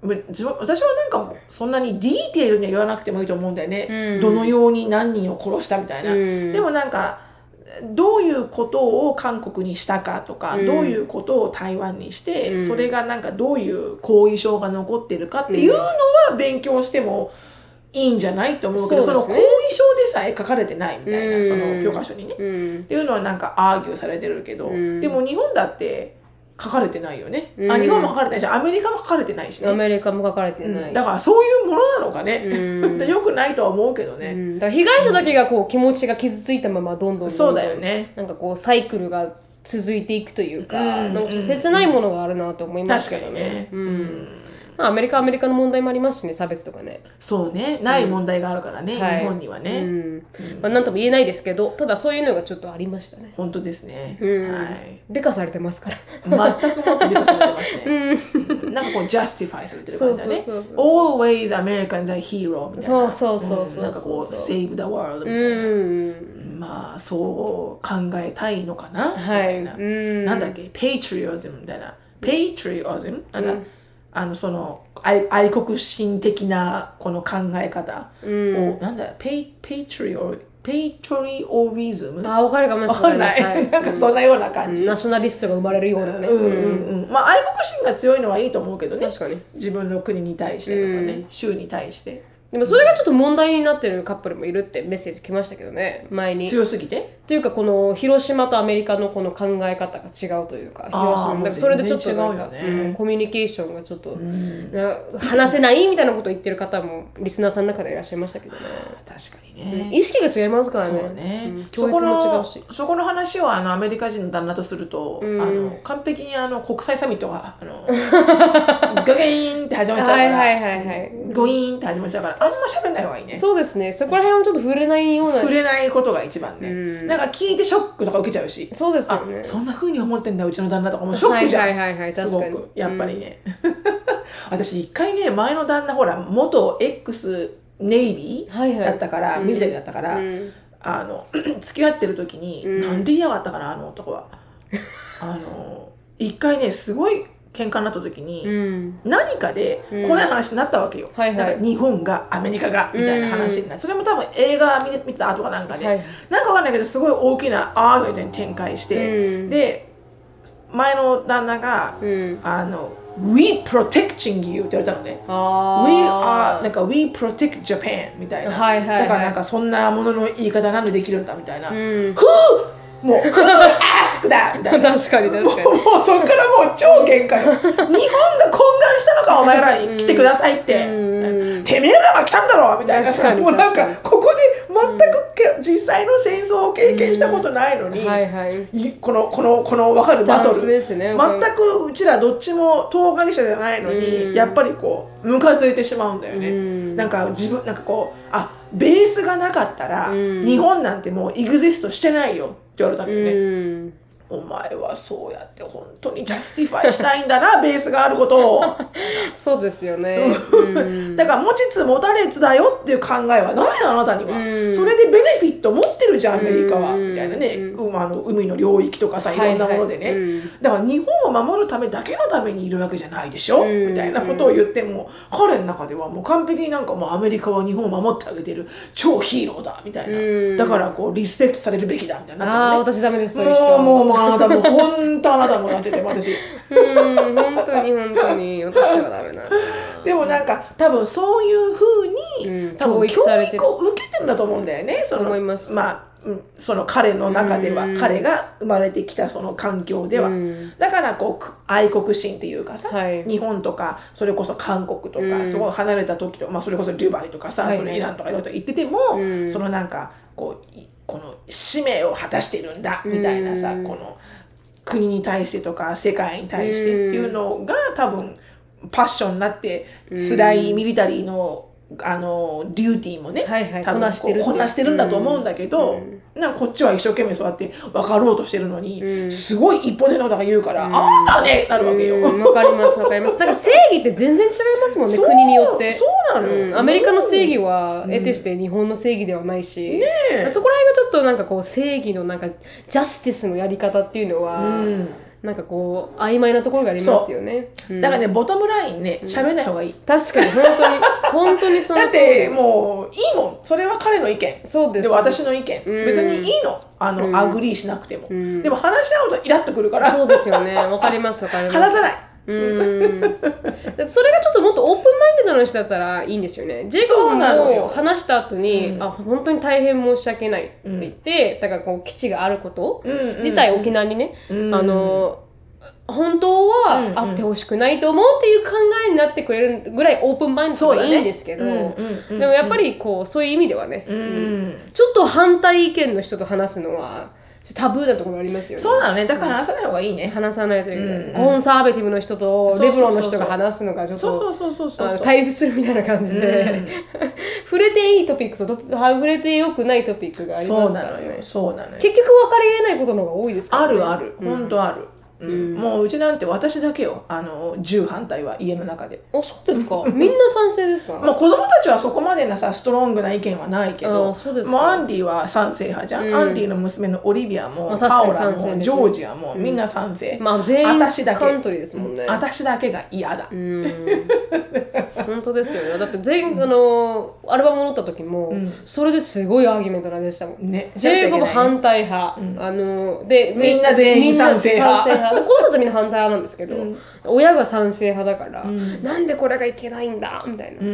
Speaker 2: うむ自分私はなんかもうそんなにディテールには言わなくてもいいと思うんだよね、
Speaker 1: うん
Speaker 2: どのように何人を殺したみたいな、
Speaker 1: うん
Speaker 2: でもなんかどういうことを韓国にしたかとか、
Speaker 1: うん
Speaker 2: どういうことを台湾にして、
Speaker 1: うん
Speaker 2: それがなんかどういう後遺症が残ってるかっていうのは勉強してもいいんじゃないと思うけどそ
Speaker 1: そうです
Speaker 2: の
Speaker 1: ね
Speaker 2: 後遺症でさえ書かれてないみたいな、
Speaker 1: うん
Speaker 2: その教科書にね。っ
Speaker 1: うん。
Speaker 2: ていうのはなんかアーギューされてるけど、
Speaker 1: うん
Speaker 2: でも日本だって書かれてないよね、
Speaker 1: う
Speaker 2: あ
Speaker 1: ん
Speaker 2: 日本も書かれてないしアメリカも書かれてないしね
Speaker 1: アメリカも書かれて
Speaker 2: うん
Speaker 1: ない。
Speaker 2: だからそういうものなのかね、
Speaker 1: うん
Speaker 2: よくないとは思うけど
Speaker 1: う
Speaker 2: ね、
Speaker 1: んだから被害者だけがこう気持ちが傷ついたままどんどんどんどん
Speaker 2: そうだよね
Speaker 1: なんかこうサイクルが続いていくというか、
Speaker 2: うん
Speaker 1: なんかちょっと切ないものがあるなと思います
Speaker 2: 確か
Speaker 1: けど
Speaker 2: に
Speaker 1: ね
Speaker 2: ね、。
Speaker 1: うんまあ、アメリカはアメリカの問題もありますしね差別とかね。
Speaker 2: そうねない問題があるからね、
Speaker 1: はい
Speaker 2: 日本にはね、
Speaker 1: うんまあ、なんとも言えないですけどただそういうのがちょっとありましたね。
Speaker 2: 本当ですね、
Speaker 1: うん
Speaker 2: はい
Speaker 1: 美化されてますから。
Speaker 2: 全くもって理解されてますね、 なんかこう justify されてる感じだね
Speaker 1: そうそうそう
Speaker 2: always Americans are hero みたいな
Speaker 1: そうそうそうそう
Speaker 2: うんなんかこう
Speaker 1: そう
Speaker 2: save the world みたいな、
Speaker 1: うん
Speaker 2: まあそう考えたいのかな、
Speaker 1: はい。
Speaker 2: みたいな、
Speaker 1: うん
Speaker 2: なんだっけ patriotism みたいな patriotism なんか、あのその愛愛国心的なこの考え方を、なんだ pa- patriot patriotism
Speaker 1: あ分かるかもし
Speaker 2: わか
Speaker 1: れ
Speaker 2: ん
Speaker 1: な
Speaker 2: ない
Speaker 1: です。はい
Speaker 2: 。なんかそんなような感
Speaker 1: い
Speaker 2: じ。
Speaker 1: ナショナリストが生まれるようなね。
Speaker 2: うんうんうん。まあ愛国心が強いのはいいと思うけどね。
Speaker 1: 確かに。
Speaker 2: 自分の国に対してとかね、州に対して。
Speaker 1: でもそれがちょっと問題になってるカップルもいるってメッセージ来ましたけどね前に。
Speaker 2: 強すぎて。
Speaker 1: というかこの広島とアメリカのこの考え方が違うというか
Speaker 2: あー
Speaker 1: 広島だからそれでちょっとなんか
Speaker 2: 全然違うよね
Speaker 1: うんコミュニケーションがちょっと、な話せないみたいなことを言ってる方もリスナーさんの中でいらっしゃいましたけどね
Speaker 2: 確かにね。
Speaker 1: 意識が違いますからね
Speaker 2: そうね
Speaker 1: ん、教
Speaker 2: そ
Speaker 1: 育
Speaker 2: こ
Speaker 1: も違う
Speaker 2: の
Speaker 1: し
Speaker 2: そこの話をあのアメリカ人の旦那とすると、あの完璧にあの国際サミットが あのガゲインって始まっちゃうか
Speaker 1: はい
Speaker 2: ら、
Speaker 1: はいはいはい、
Speaker 2: ゴイーンって始まっちゃうからあんま喋んない方がいいね
Speaker 1: そうですねそこら辺はちょっと触れないような
Speaker 2: 触れないことが一番ね、なんか聞いてショックとか受けちゃうし
Speaker 1: そうです
Speaker 2: あ
Speaker 1: よね
Speaker 2: そんな風に思ってんだうちの旦那とかもうショックじゃん、
Speaker 1: はいはいはいはい確かに
Speaker 2: すごくやっぱりね、 私一回ね前の旦那ほら元 X ネイビ
Speaker 1: はいは
Speaker 2: ー
Speaker 1: い
Speaker 2: だったから、ミリタリーだったから、あの 付き合ってる時に、なんで嫌がったかなあの男はあの一回ねすごい喧嘩になった時に、
Speaker 1: うん
Speaker 2: 何かでこんな話になったわけよ、
Speaker 1: はいはい
Speaker 2: なんか日本がアメリカがみたいな話になって、それも多分映画見て見た後かなんかで、
Speaker 1: はい
Speaker 2: なんかわかんないけどすごい大きなアーグメントに展開して、
Speaker 1: うん
Speaker 2: で前の旦那が「
Speaker 1: うん
Speaker 2: あの We protecting you」って言われたのね。
Speaker 1: あ
Speaker 2: We
Speaker 1: あ
Speaker 2: are なんか We protect Japan みたいな、
Speaker 1: はいはいはい
Speaker 2: だからなんかそんなものの言い方なんでできるんだみたいな、ふう もう Who asked that みたいな
Speaker 1: 確かに確かに
Speaker 2: もうもうそっからもう超喧嘩よ日本が懇願したのかお前らに来てくださいって、てめえらが来たんだろみたいな
Speaker 1: 確かに
Speaker 2: もうなんか
Speaker 1: 確
Speaker 2: ここで全くけ、実際の戦争を経験したことないのに、
Speaker 1: はいはい
Speaker 2: いこのこのこの分かるバト
Speaker 1: スタンス
Speaker 2: ル、
Speaker 1: ですね
Speaker 2: 全くうちらどっちも当該者じゃないのに、やっぱりこうムカついてしまうんだよね、なんか自分なんかこうあベースがなかったら、日本なんてもうエグゼストしてないよって言われたんだよね、
Speaker 1: うん
Speaker 2: お前はそうやって本当にジャスティファイしたいんだな ベースがあることを
Speaker 1: そうですよね、
Speaker 2: だから持ちつ持たれつだよっていう考えはないのあなたには、それでベネフィット持ってるじゃんアメリカは、みたいなね、うんあの海の領域とかさい
Speaker 1: はい
Speaker 2: ろんなものでね、
Speaker 1: はいうん
Speaker 2: だから日本を守るためだけのためにいるわけじゃないでしょ、みたいなことを言っても彼の中ではもう完璧になんかもうアメリカは日本を守ってあげてる超ヒーローだみたいな、だからこうリスペクトされるべきだみたい
Speaker 1: あ
Speaker 2: な
Speaker 1: あ私ダメですそういう人
Speaker 2: もうもうもうあなたもう本当あなたもなっちゃってもう私
Speaker 1: うん本当に本当に私はダメな
Speaker 2: でもなんか多分そういうふうに、
Speaker 1: うん
Speaker 2: 多分
Speaker 1: 教育
Speaker 2: 教育
Speaker 1: されてる
Speaker 2: を受けてるんだと思うんだよね、その
Speaker 1: 思います
Speaker 2: あうんその彼の中では、彼が生まれてきたその環境では、だからこうく愛国心っていうかさ、
Speaker 1: はい
Speaker 2: 日本とかそれこそ韓国とか、すごい離れた時とか、まあ、それこそデュバイとかさ、
Speaker 1: はいはい
Speaker 2: そのイランとかいろいろと言ってても、そのなんかこういこの使命を果たしてるんだみたいなさ、この国に対してとか世界に対してっていうのが多分パッションになって辛いミリタリーのあのデューティーもね、
Speaker 1: はいはい
Speaker 2: 多
Speaker 1: こ
Speaker 2: 分
Speaker 1: なしてるっていう
Speaker 2: こうこなしてるんだと思うんだけど、なんかこっちは一生懸命そうやって分かろうとしてるのに、すごい一歩手のだが言うから「あんたね!」なるわけよ。
Speaker 1: うんわかりますわかりますなんか正義って全然違いますもんね
Speaker 2: そう
Speaker 1: 国によって
Speaker 2: そうなのよ
Speaker 1: んアメリカの正義は得てして日本の正義ではないし、そこら辺がちょっとなんかこう正義のなんかジャスティスのやり方っていうのは、なんかこう曖昧なところがありますよね、うん
Speaker 2: だからね、ボトムラインね、喋んない方がいい。
Speaker 1: 確かに本当に本当にその
Speaker 2: だっ
Speaker 1: 通り
Speaker 2: て、もう、いいもん。それは彼の意見。
Speaker 1: そうです
Speaker 2: でも私の意見。
Speaker 1: うん
Speaker 2: 別にいいの。あの、アグリーしなくても。
Speaker 1: ん
Speaker 2: でも話し合うとイラっとくるから、
Speaker 1: そうですよねわかりますわかります
Speaker 2: 話さない。
Speaker 1: うんだからそれがちょっともっとオープンマインドな人だったらいいんですよね。ジェイコ
Speaker 2: そう
Speaker 1: ブ
Speaker 2: なのよ
Speaker 1: も話した後に、あ、本当に大変申し訳ないって言って、だからこう、基地があること、
Speaker 2: んうん
Speaker 1: 自体沖縄にね、あの、本当
Speaker 2: うん
Speaker 1: は
Speaker 2: うん
Speaker 1: あってほしくないと思うっていう考えになってくれるぐらいオープンマインド
Speaker 2: そうだ
Speaker 1: が
Speaker 2: ね
Speaker 1: いいんですけど、
Speaker 2: うんうんうん
Speaker 1: でもやっぱりこう、そういう意味ではね、
Speaker 2: うん。
Speaker 1: ちょっと反対意見の人と話すのは、ちょっとタブーなところありますよね。
Speaker 2: そうなのね。だから話さない方がいいね。
Speaker 1: 話さないという
Speaker 2: うん
Speaker 1: か、コンサーベティブの人と
Speaker 2: そうそう
Speaker 1: レブ
Speaker 2: そうそう
Speaker 1: ロンの人が話すのがちょっ
Speaker 2: そうそ
Speaker 1: と
Speaker 2: うそうそうそ
Speaker 1: あ
Speaker 2: う
Speaker 1: の。対立するみたいな感じで触れていいトピックとど触れてよくないトピックがあり
Speaker 2: そ
Speaker 1: ま
Speaker 2: う
Speaker 1: す
Speaker 2: な
Speaker 1: から
Speaker 2: の
Speaker 1: ね
Speaker 2: よ。そうなのよ。
Speaker 1: 結局分かり得ないことの方が多いですから
Speaker 2: あ
Speaker 1: ね
Speaker 2: るある。ほんとある。うんもううちなんて私だけよ。あの、銃反対は家の中で。
Speaker 1: あそうですかみんな賛成ですか
Speaker 2: まあ、子供たちはそこまでなさストロングな意見はないけ
Speaker 1: あ
Speaker 2: ど
Speaker 1: あそうですか
Speaker 2: もうアンディは賛成派じゃん、アンディの娘のオリビアも、
Speaker 1: まあ確
Speaker 2: パ
Speaker 1: か
Speaker 2: オ
Speaker 1: に
Speaker 2: ラ
Speaker 1: 賛成
Speaker 2: も
Speaker 1: ですね
Speaker 2: ジョージアも、みんな賛成、
Speaker 1: まあ全員
Speaker 2: 私だけ
Speaker 1: カントリーですもんね
Speaker 2: 私だけが嫌だ、
Speaker 1: 本当ですよねだって全あのアルバムを持った時もそれですごいアーギュメントなでしたもん
Speaker 2: ね
Speaker 1: ジェイコブ反対派、あので
Speaker 2: みんな全員賛成派
Speaker 1: みんな賛成派子供たちみんな反対派なんですけど、親が賛成派だから、なんでこれがいけないんだみたいな、
Speaker 2: うんう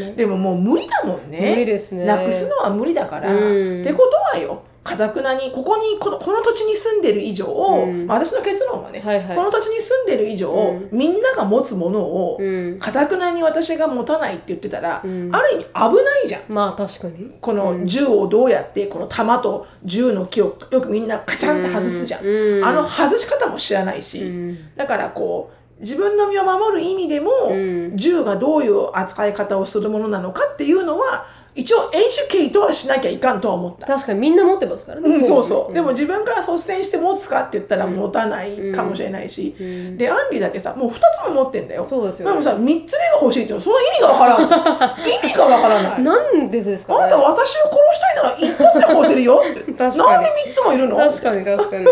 Speaker 2: ん、でももう無理だもんね
Speaker 1: 無理ですね
Speaker 2: なくすのは無理だから、
Speaker 1: うん
Speaker 2: ってことはよかたくなにここにこのこの土地に住んでる以上、まあ私の結論はね、
Speaker 1: はいはい
Speaker 2: この土地に住んでる以上、みんなが持つものを
Speaker 1: ん
Speaker 2: かたくなに私が持たないって言ってたら、
Speaker 1: ん
Speaker 2: ある意味危ないじゃん。
Speaker 1: まあ確かに
Speaker 2: この銃をどうやってこの弾と銃の木をよくみんなカチャンって外すじゃん、
Speaker 1: うん
Speaker 2: あの外し方も知らないし、
Speaker 1: ん
Speaker 2: だからこう自分の身を守る意味でも、
Speaker 1: ん
Speaker 2: 銃がどういう扱い方をするものなのかっていうのは一応エデュケイトはしなきゃいかんとは思った。
Speaker 1: 確かにみんな持ってますからね、
Speaker 2: うん、
Speaker 1: も
Speaker 2: そうそう、でも自分から率先して持つかって言ったら持たないかもしれないし、でアンリだけさもう2つも持ってんだよ
Speaker 1: そうですよね
Speaker 2: もさ3つ目が欲しいっていうのその意味がわか らん意味がわからない
Speaker 1: なんでです
Speaker 2: あ
Speaker 1: か
Speaker 2: んた
Speaker 1: ね
Speaker 2: 私を殺したいなら一発で殺せるよ
Speaker 1: かに
Speaker 2: なんで3つもいるの
Speaker 1: 確かに確かに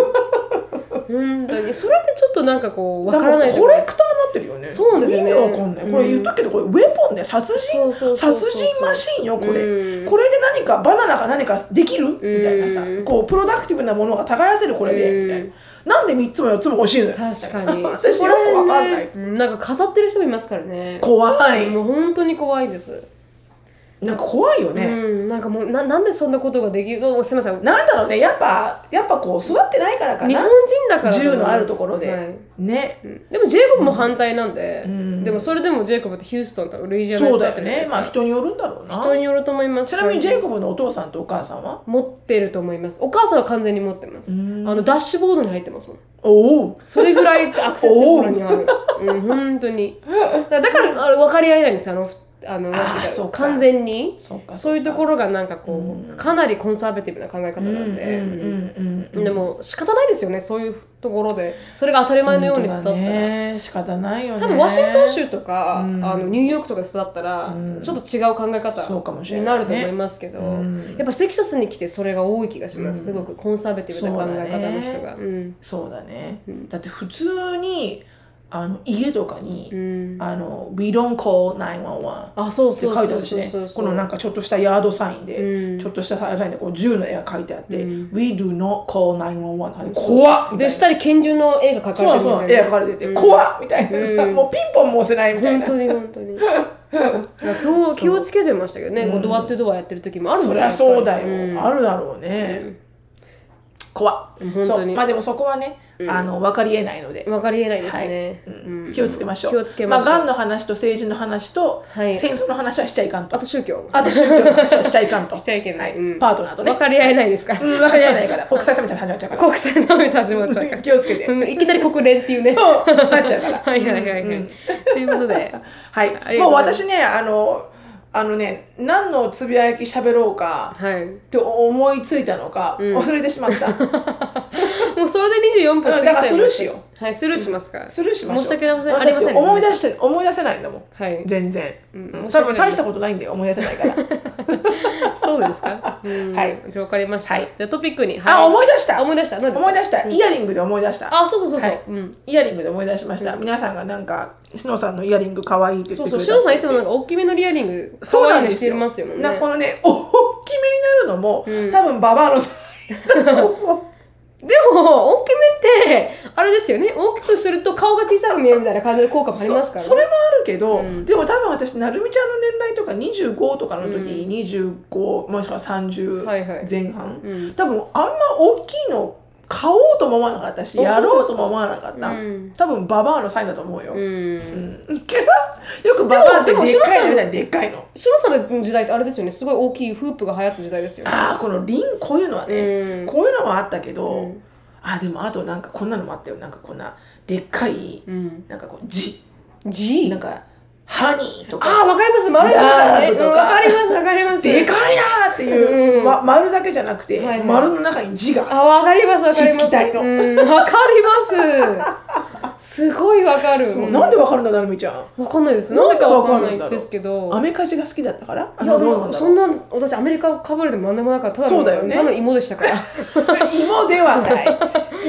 Speaker 1: 本当にそれってちょっとなんかこうわからない
Speaker 2: だ
Speaker 1: と
Speaker 2: らコ
Speaker 1: ころ
Speaker 2: レクターになってるよね
Speaker 1: そうなんですよね
Speaker 2: 意味わかんないこれ言ったけどこれウェポンね殺
Speaker 1: そ
Speaker 2: 人
Speaker 1: うそうそうそう
Speaker 2: 殺人マシンよこれ、
Speaker 1: う
Speaker 2: これで何かバナナか何かできるみたいなさこうプロダクティブなものが耕せるこれでみたいななんで3つも4つも欲しいのよ
Speaker 1: 確かに
Speaker 2: 私
Speaker 1: そ
Speaker 2: よ
Speaker 1: こ
Speaker 2: く
Speaker 1: ら辺
Speaker 2: わかんない
Speaker 1: ねうんなんか飾ってる人もいますからね
Speaker 2: 怖い
Speaker 1: もう本当に怖いです
Speaker 2: なんか怖いよね、
Speaker 1: うん、なんかもうななんでそんなことができるもうすみません
Speaker 2: なんだろうねやっぱやっぱこう育ってないからか
Speaker 1: 日
Speaker 2: な
Speaker 1: 本人だからだと思います
Speaker 2: 銃のあるところで、
Speaker 1: はい
Speaker 2: ね、
Speaker 1: でもジェイコブも反対なんで、
Speaker 2: ん
Speaker 1: でもそれでもジェイコブってヒューストンとかルイジアナ
Speaker 2: そう
Speaker 1: 州だ
Speaker 2: だ
Speaker 1: った
Speaker 2: よ
Speaker 1: りで
Speaker 2: ね
Speaker 1: すか
Speaker 2: まあ人によるんだろうな
Speaker 1: 人によると思います
Speaker 2: ちなみにジ
Speaker 1: イ
Speaker 2: ェイコブのお父さんとお母さんは
Speaker 1: 持ってると思いますお母さんは完全に持ってますあのダッシュボードに入ってますもん
Speaker 2: おお
Speaker 1: それぐらいアクセスする頃にあ るうん本当にだだからあれ分かり合えないんですよあのあのなんていう
Speaker 2: そう
Speaker 1: か
Speaker 2: か
Speaker 1: 完全に
Speaker 2: そうか
Speaker 1: そういうところがなんかこう、かなりコンサーベティブな考え方なんで、
Speaker 2: うんうん
Speaker 1: でも仕方ないですよねそういうところでそれが当たり前のように育ったら、
Speaker 2: ね仕方ないよね
Speaker 1: 多分ワシントン州とか、あのニューヨークとかで育ったら、ちょっと違う考え
Speaker 2: そうかもし
Speaker 1: 方
Speaker 2: れ
Speaker 1: に
Speaker 2: ない
Speaker 1: な
Speaker 2: ね
Speaker 1: ると思いますけど、
Speaker 2: ん
Speaker 1: やっぱテキサスに来てそれが多い気がします、すごくコンサーベティブな考え方の人が。うん
Speaker 2: そうだね、だって普通にあの家とかに、あの「We don't call 911」
Speaker 1: あそう
Speaker 2: って
Speaker 1: そう
Speaker 2: 書いて
Speaker 1: そ
Speaker 2: あ
Speaker 1: う
Speaker 2: るし
Speaker 1: そう
Speaker 2: ね
Speaker 1: そう
Speaker 2: このなんかちょっとしたヤードサインで、ちょっとしたサインでこう銃の絵が書いてあって「We do not call 911」って書いてある怖っみたい
Speaker 1: で
Speaker 2: な
Speaker 1: 下に拳銃の絵が描
Speaker 2: そ
Speaker 1: かれて
Speaker 2: う
Speaker 1: る
Speaker 2: そ
Speaker 1: ん
Speaker 2: う
Speaker 1: です
Speaker 2: 絵
Speaker 1: よね
Speaker 2: が描かれてて、怖っみたいなさ、もうピンポンも押せないみたい
Speaker 1: 本
Speaker 2: な
Speaker 1: 当に本当にだから気を気をつけてましたけどね、こうドアってドアやってる時もあるんで
Speaker 2: そ
Speaker 1: す
Speaker 2: り
Speaker 1: よ
Speaker 2: ゃそう
Speaker 1: や
Speaker 2: だ
Speaker 1: っぱり
Speaker 2: よ、あるだろうね、怖っ
Speaker 1: 本当に
Speaker 2: そうまあでもそこはね、
Speaker 1: うん
Speaker 2: あの分かりえないので、
Speaker 1: わかりえないですね、
Speaker 2: はい
Speaker 1: うん
Speaker 2: 気をつけましょう。
Speaker 1: 気をつけましょう、
Speaker 2: あ、がんの話と政治の話と、
Speaker 1: はい
Speaker 2: 戦争の話はしちゃいかんと。
Speaker 1: あと宗教
Speaker 2: あと宗教の話はしちゃいかんと。
Speaker 1: しちゃいけない、 うん
Speaker 2: パートナーとね
Speaker 1: 分。かり合えないですから、
Speaker 2: うん、分かり合えないから、国際サミットに始まっちゃうから。
Speaker 1: 国際サミット始まっちゃうから
Speaker 2: 気をつけて。
Speaker 1: うんいきなり国連っていうね
Speaker 2: そう、なっちゃうから。
Speaker 1: はいはいはいはい、ということで
Speaker 2: は
Speaker 1: あ
Speaker 2: い。
Speaker 1: りが
Speaker 2: も
Speaker 1: と
Speaker 2: う
Speaker 1: うございます
Speaker 2: 私ね、あの、あのね、何のつぶやき喋ろうか、
Speaker 1: はい
Speaker 2: と思いついたのか、忘れてしまった。
Speaker 1: もうそれで24分過ぎちゃいました
Speaker 2: だからスルーしよ
Speaker 1: はいスルーしますから、
Speaker 2: スルーしましょう。
Speaker 1: 申し訳ありませんありません
Speaker 2: だって思い出して、思い出せないんだもん。
Speaker 1: はい
Speaker 2: 全然。うん
Speaker 1: 申し訳
Speaker 2: 多
Speaker 1: ない
Speaker 2: 分大したことないんだよ、思い出せないから。
Speaker 1: そうです か。 うん
Speaker 2: はい。
Speaker 1: じゃあ分かりました。
Speaker 2: はい
Speaker 1: じゃあトピックに。
Speaker 2: あ、思い出し
Speaker 1: 出
Speaker 2: た
Speaker 1: 思い出した。何ですか
Speaker 2: 思い出した。イヤリングで思い出した。
Speaker 1: あ、そうそうそうそう。
Speaker 2: はい
Speaker 1: うん。
Speaker 2: イヤリングで思い出しました。皆さんがなんか、しのさんのイヤリング可愛いって言って
Speaker 1: そう
Speaker 2: くれた
Speaker 1: そう。しのさんいつもなんか大きめのリアリング、
Speaker 2: そう
Speaker 1: 可
Speaker 2: な
Speaker 1: 愛
Speaker 2: ん
Speaker 1: いの
Speaker 2: で
Speaker 1: し
Speaker 2: す
Speaker 1: て
Speaker 2: よ。
Speaker 1: ますよね。
Speaker 2: なこのね、大きめになるのも、多分ババアのサイズだと思う。
Speaker 1: でも、大きめって、あれですよね。大きくすると顔が小さく見えるみたいな感じの効果もありますから、ね。
Speaker 2: そそれもあるけど、でも多分私なるみちゃんの年代とか25とかの時、25もしくは30
Speaker 1: はいはい
Speaker 2: 前半、
Speaker 1: うん
Speaker 2: 多分あんま大きいの買おうとも思わなかったし
Speaker 1: お
Speaker 2: やろうとも思わなかった、
Speaker 1: うん
Speaker 2: 多分ババアのサインだと思うよ、
Speaker 1: うん。
Speaker 2: よくババアって
Speaker 1: でも
Speaker 2: で
Speaker 1: で
Speaker 2: っ
Speaker 1: も
Speaker 2: かいの
Speaker 1: 白さん
Speaker 2: みたいにでっかいの
Speaker 1: しのさんの時代ってあれですよね。すごい大きいフープが流行った時代ですよね。
Speaker 2: ああこのリンこういうのはね、
Speaker 1: うん
Speaker 2: こういうのはあったけど、
Speaker 1: うん
Speaker 2: ああでもあとなんかこんなのもあったよなんかこんなでっかい、
Speaker 1: うん。
Speaker 2: なんかこうじ
Speaker 1: G?
Speaker 2: なんかハニーとか
Speaker 1: ああ、わかります。丸いのがね。
Speaker 2: ラー
Speaker 1: う
Speaker 2: ドとか
Speaker 1: んわかります、わかります。
Speaker 2: でかいなーっていう、
Speaker 1: うん
Speaker 2: ま、丸だけじゃなくて、
Speaker 1: はいはい
Speaker 2: 丸の中に字が
Speaker 1: あ、わかります、わかります。
Speaker 2: 筆記体の
Speaker 1: うん、わかります。すごいわかる。
Speaker 2: そうなんでわかるんだなるみちゃん
Speaker 1: わかんないです。
Speaker 2: な
Speaker 1: なんん
Speaker 2: で
Speaker 1: で
Speaker 2: か
Speaker 1: か
Speaker 2: わ
Speaker 1: わ
Speaker 2: か
Speaker 1: か
Speaker 2: るんだろうん
Speaker 1: ないですけ
Speaker 2: ア
Speaker 1: ど。
Speaker 2: メカジが好きだったから
Speaker 1: いや、で
Speaker 2: どうな
Speaker 1: も、
Speaker 2: んだ
Speaker 1: そ
Speaker 2: ろうん
Speaker 1: な、私、アメリカかぶるでもなんでもなかった。ただ
Speaker 2: そう
Speaker 1: の、
Speaker 2: だよね
Speaker 1: ただの芋でした から。
Speaker 2: 芋では ない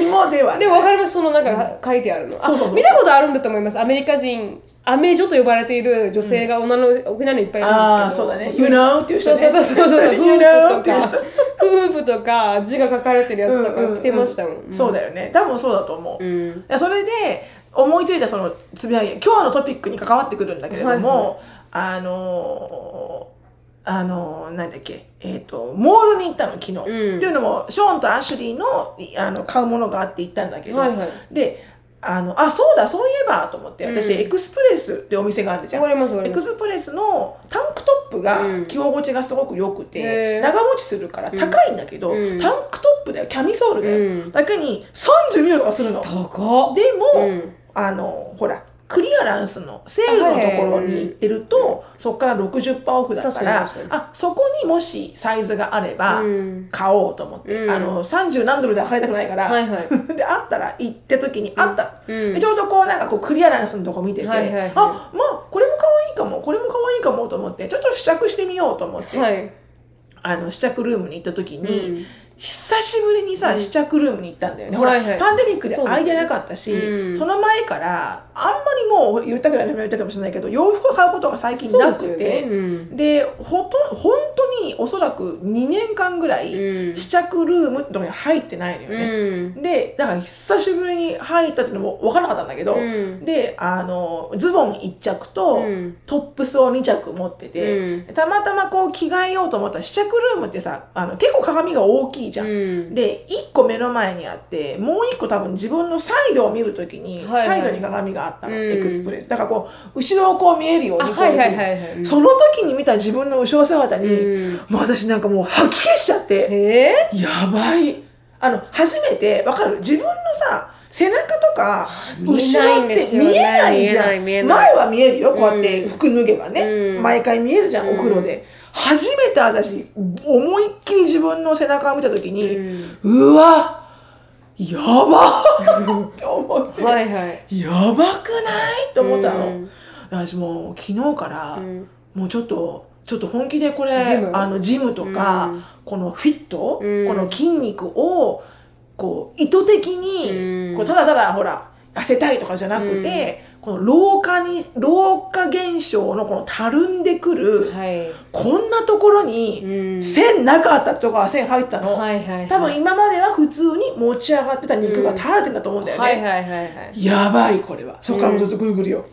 Speaker 2: 芋ではない
Speaker 1: でも、わかります。その、なんか、書いてあるの。
Speaker 2: そうそうそう
Speaker 1: あ見たことあるんだと思います。アメリカ人、アメ女と呼ばれている女性が女の沖縄にいっぱいいるんですけど。
Speaker 2: ああそうだね You know っていう人
Speaker 1: そう
Speaker 2: ね
Speaker 1: そうそうそう そう。
Speaker 2: You know って
Speaker 1: フープとか、
Speaker 2: いう人
Speaker 1: フープとか、字が書かれてるやつとか着てましたもん。
Speaker 2: そうだよね多分そうだと思う、いやそれで思いついたそのつぶやき今日のトピックに関わってくるんだけれども、あのーあのーなんだっけえっ、とモールに行ったの昨日、っていうのもショーンとアシュリーのいあの買うものがあって行ったんだけど、
Speaker 1: はいはい
Speaker 2: であのあそうだそういえばと思って私、エクスプレスってお店があるじゃん
Speaker 1: わかりますわか
Speaker 2: エ
Speaker 1: り
Speaker 2: ク
Speaker 1: ます
Speaker 2: スプレスのタンクトップが着心地がすごく良くて、
Speaker 1: へー
Speaker 2: 長持ちするから高いんだけど、
Speaker 1: うん
Speaker 2: タンクトップだよキャミソールだよ、
Speaker 1: うん
Speaker 2: だけに32度とかするので
Speaker 1: 高っ
Speaker 2: も、
Speaker 1: うん
Speaker 2: あのほらクリアランスのセールのところに行ってると、そこから60%オフだから
Speaker 1: 確かに確
Speaker 2: あそこにもしサイズがあれば
Speaker 1: うん
Speaker 2: 買おうと思って、
Speaker 1: うん
Speaker 2: あの30何ドルでは買いたくないから、
Speaker 1: はいはい
Speaker 2: であったら行った時にあった、
Speaker 1: うん
Speaker 2: でちょうどこうなんかこうクリアランスのとこ見てて、
Speaker 1: はいはいはい
Speaker 2: あまあこれも可愛いかもこれも可愛いかもと思ってちょっと試着してみようと思って、
Speaker 1: はい。
Speaker 2: あの試着ルームに行った時に、
Speaker 1: うん
Speaker 2: 久しぶりにさ、試着ルームに行ったんだよね、
Speaker 1: はい
Speaker 2: ほ
Speaker 1: は
Speaker 2: ら
Speaker 1: い
Speaker 2: パンデミックで
Speaker 1: そうです
Speaker 2: 空
Speaker 1: ね
Speaker 2: いてなかったしそ,、
Speaker 1: うん
Speaker 2: の前からあんまりもう言ったくない言ったかもしれないけど洋服を買うことが最近な
Speaker 1: そう
Speaker 2: く
Speaker 1: です
Speaker 2: て
Speaker 1: よねうん
Speaker 2: でほとん本当におそらく2年間ぐらい
Speaker 1: うん
Speaker 2: 試着ルームってとこに入ってないのよね、
Speaker 1: うん。
Speaker 2: でだから久しぶりに入ったっていうのも分からなかったんだけど、
Speaker 1: うん
Speaker 2: であのズボン1着と、
Speaker 1: うん
Speaker 2: トップスを2着持ってて、
Speaker 1: う
Speaker 2: たまたまこう着替えようと思ったら試着ルームってさあの結構鏡が大きいじゃん。
Speaker 1: うん
Speaker 2: で1個目の前にあってもう1個多分自分のサイドを見るとき
Speaker 1: は
Speaker 2: に、
Speaker 1: いはい
Speaker 2: サイドに鏡があったの、
Speaker 1: うん
Speaker 2: エクスプレスだからこう後ろをこう見えるように
Speaker 1: あ
Speaker 2: こういうふうに
Speaker 1: はいはいはいはいうん
Speaker 2: その時に見た自分の後ろ姿に、
Speaker 1: うん
Speaker 2: もう私なんかもう吐き気しちゃって。
Speaker 1: へえ
Speaker 2: やばい。あの、初めて、わかる自分のさ、背中とか、
Speaker 1: 見え
Speaker 2: 後
Speaker 1: ない
Speaker 2: ろっ
Speaker 1: ん
Speaker 2: て
Speaker 1: ですよ
Speaker 2: 見
Speaker 1: ね
Speaker 2: えないじゃ
Speaker 1: 見えない見え
Speaker 2: ん。
Speaker 1: ない
Speaker 2: 前は見えるよ、こうやって服脱げばね。
Speaker 1: うん
Speaker 2: 毎回見えるじゃん、お風呂で。初めて私、思いっきり自分の背中を見たときに、うわやばっって思って、
Speaker 1: はいはい。
Speaker 2: やばくないと思ったの。
Speaker 1: うん
Speaker 2: 私もう昨日から、
Speaker 1: ん
Speaker 2: もうちょっとちょっと本気でこれ
Speaker 1: ジム
Speaker 2: あのジムとか、
Speaker 1: うん
Speaker 2: このフィット、
Speaker 1: うん
Speaker 2: この筋肉をこう意図的に、
Speaker 1: うん
Speaker 2: こうただただほら痩せたいとかじゃなくて、この老化に老化現象のこのたるんでくる、
Speaker 1: はい。
Speaker 2: こんなところに
Speaker 1: うん。
Speaker 2: 線なかったとか線入ってたの、
Speaker 1: はいはいはい。
Speaker 2: 多分今までは普通に持ち上がってた肉が垂れてんだと思うんだよね、
Speaker 1: はいはいはいはい。
Speaker 2: やばいこれはそこからもうずっとグーグルよ、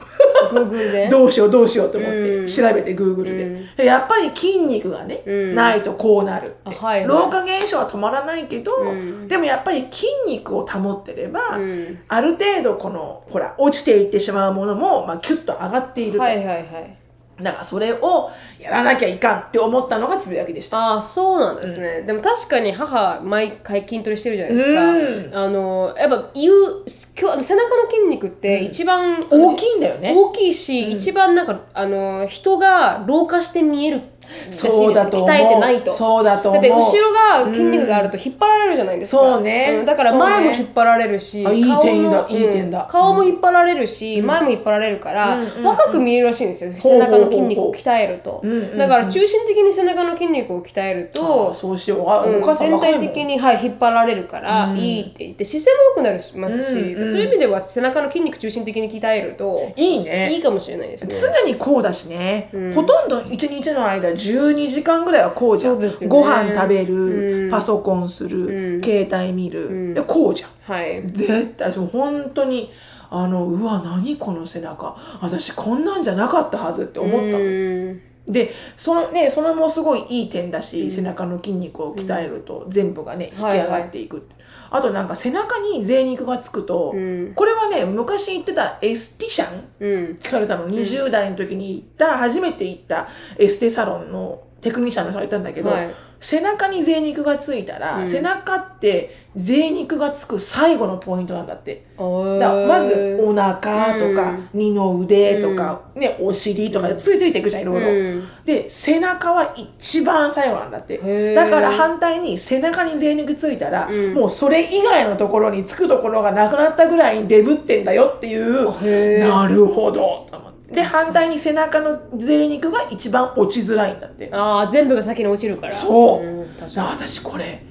Speaker 1: グーグルで。
Speaker 2: どうしようどうしようと思って、
Speaker 1: うん
Speaker 2: 調べてグーグルで、やっぱり筋肉がね、
Speaker 1: うん
Speaker 2: ないとこうなるって、
Speaker 1: あはいはい
Speaker 2: 老化現象は止まらないけど、
Speaker 1: うん
Speaker 2: でもやっぱり筋肉を保ってれば、
Speaker 1: うん。
Speaker 2: ある程度このほら落ちていってしまうものも、まあ、キュッと上がっていると、
Speaker 1: はいはいはい。
Speaker 2: だからそれをやらなきゃいかんって思ったのがつぶやきでした
Speaker 1: ああそうなんですね、でも確かに母毎回筋トレしてるじゃないですか、あのやっぱ言う今日あの背中の筋肉って一番、
Speaker 2: 大き
Speaker 1: い
Speaker 2: いんだよね
Speaker 1: 大きいし、一番なんかあの人が老化して見えるらしいです
Speaker 2: そうだと思う
Speaker 1: 鍛えてないと
Speaker 2: そうだと
Speaker 1: だ
Speaker 2: 思
Speaker 1: っ
Speaker 2: う
Speaker 1: て後ろが筋肉があると引っ張られるじゃないですか、
Speaker 2: うんそうね
Speaker 1: んだから前も引っ張られるし、
Speaker 2: そうねあいい点だ
Speaker 1: 顔も
Speaker 2: いい点だ
Speaker 1: うん顔も引っ張られるし、前も引っ張られるから、若く見えるらしいんですよ
Speaker 2: ほうほ
Speaker 1: 背
Speaker 2: うほう
Speaker 1: 中の筋肉を鍛えると、
Speaker 2: んうんうん
Speaker 1: だから中心的に背中の筋肉を鍛えると、
Speaker 2: あそうしようあ、
Speaker 1: うん
Speaker 2: お母さん
Speaker 1: 全
Speaker 2: 若いも
Speaker 1: 体
Speaker 2: ん
Speaker 1: 的に、はい、引っ張られるからいいって言って、姿勢も良くなりますし、
Speaker 2: うんうん
Speaker 1: そういう意味では背中の筋肉中心的に鍛えると
Speaker 2: いいね
Speaker 1: いいかもしれないですね。
Speaker 2: 常にこうだしね、
Speaker 1: うん
Speaker 2: ほとんど1日の間12時間ぐらいはこうじゃん、
Speaker 1: そうですよね
Speaker 2: ご飯食べる、
Speaker 1: うん
Speaker 2: パソコンする、
Speaker 1: うん
Speaker 2: 携帯見る、
Speaker 1: ん
Speaker 2: でこうじゃん
Speaker 1: はい、
Speaker 2: 絶対そう本当にあのうわ何この背中私こんなんじゃなかったはずって思ったの、
Speaker 1: うん
Speaker 2: でそのねそれもすごいいい点だし、背中の筋肉を鍛えると全部がね引き上がっていく、あとなんか背中に贅肉がつくと、
Speaker 1: うん
Speaker 2: これはね昔言ってたエスティシャン
Speaker 1: うん
Speaker 2: 聞かれたの20代の時に行った、初めて行ったエステサロンのテクニシャンの人がいたんだけど、
Speaker 1: はい
Speaker 2: 背中に贅肉がついたら、
Speaker 1: うん
Speaker 2: 背中って贅肉がつく最後のポイントなんだって。
Speaker 1: あー
Speaker 2: だからまずお腹とか、
Speaker 1: うん
Speaker 2: 二の腕とか、ね、お尻とかついついていくじゃんいろいろ、
Speaker 1: うん
Speaker 2: で背中は一番最後なんだっ
Speaker 1: へ
Speaker 2: て
Speaker 1: ー
Speaker 2: だから反対に背中に贅肉ついたら、
Speaker 1: うん
Speaker 2: もうそれ以外のところにつくところがなくなったぐらいにデブってんだよっていう
Speaker 1: へー
Speaker 2: なるほどと思ってで反対に背中の贅肉が一番落ちづらいんだって
Speaker 1: あー全部が先に落ちるから
Speaker 2: そう、
Speaker 1: ん確か
Speaker 2: あ私これ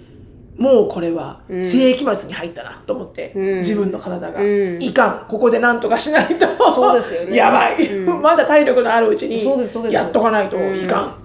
Speaker 2: もうこれは
Speaker 1: うん
Speaker 2: 世紀末に入ったなと思って、
Speaker 1: うん
Speaker 2: 自分の体が、
Speaker 1: うん
Speaker 2: いかんここでなんとかしないと
Speaker 1: そうですよね
Speaker 2: やばい、
Speaker 1: うん
Speaker 2: まだ体力のあるうちに
Speaker 1: そうですそうです
Speaker 2: やっとかないといかん、
Speaker 1: にう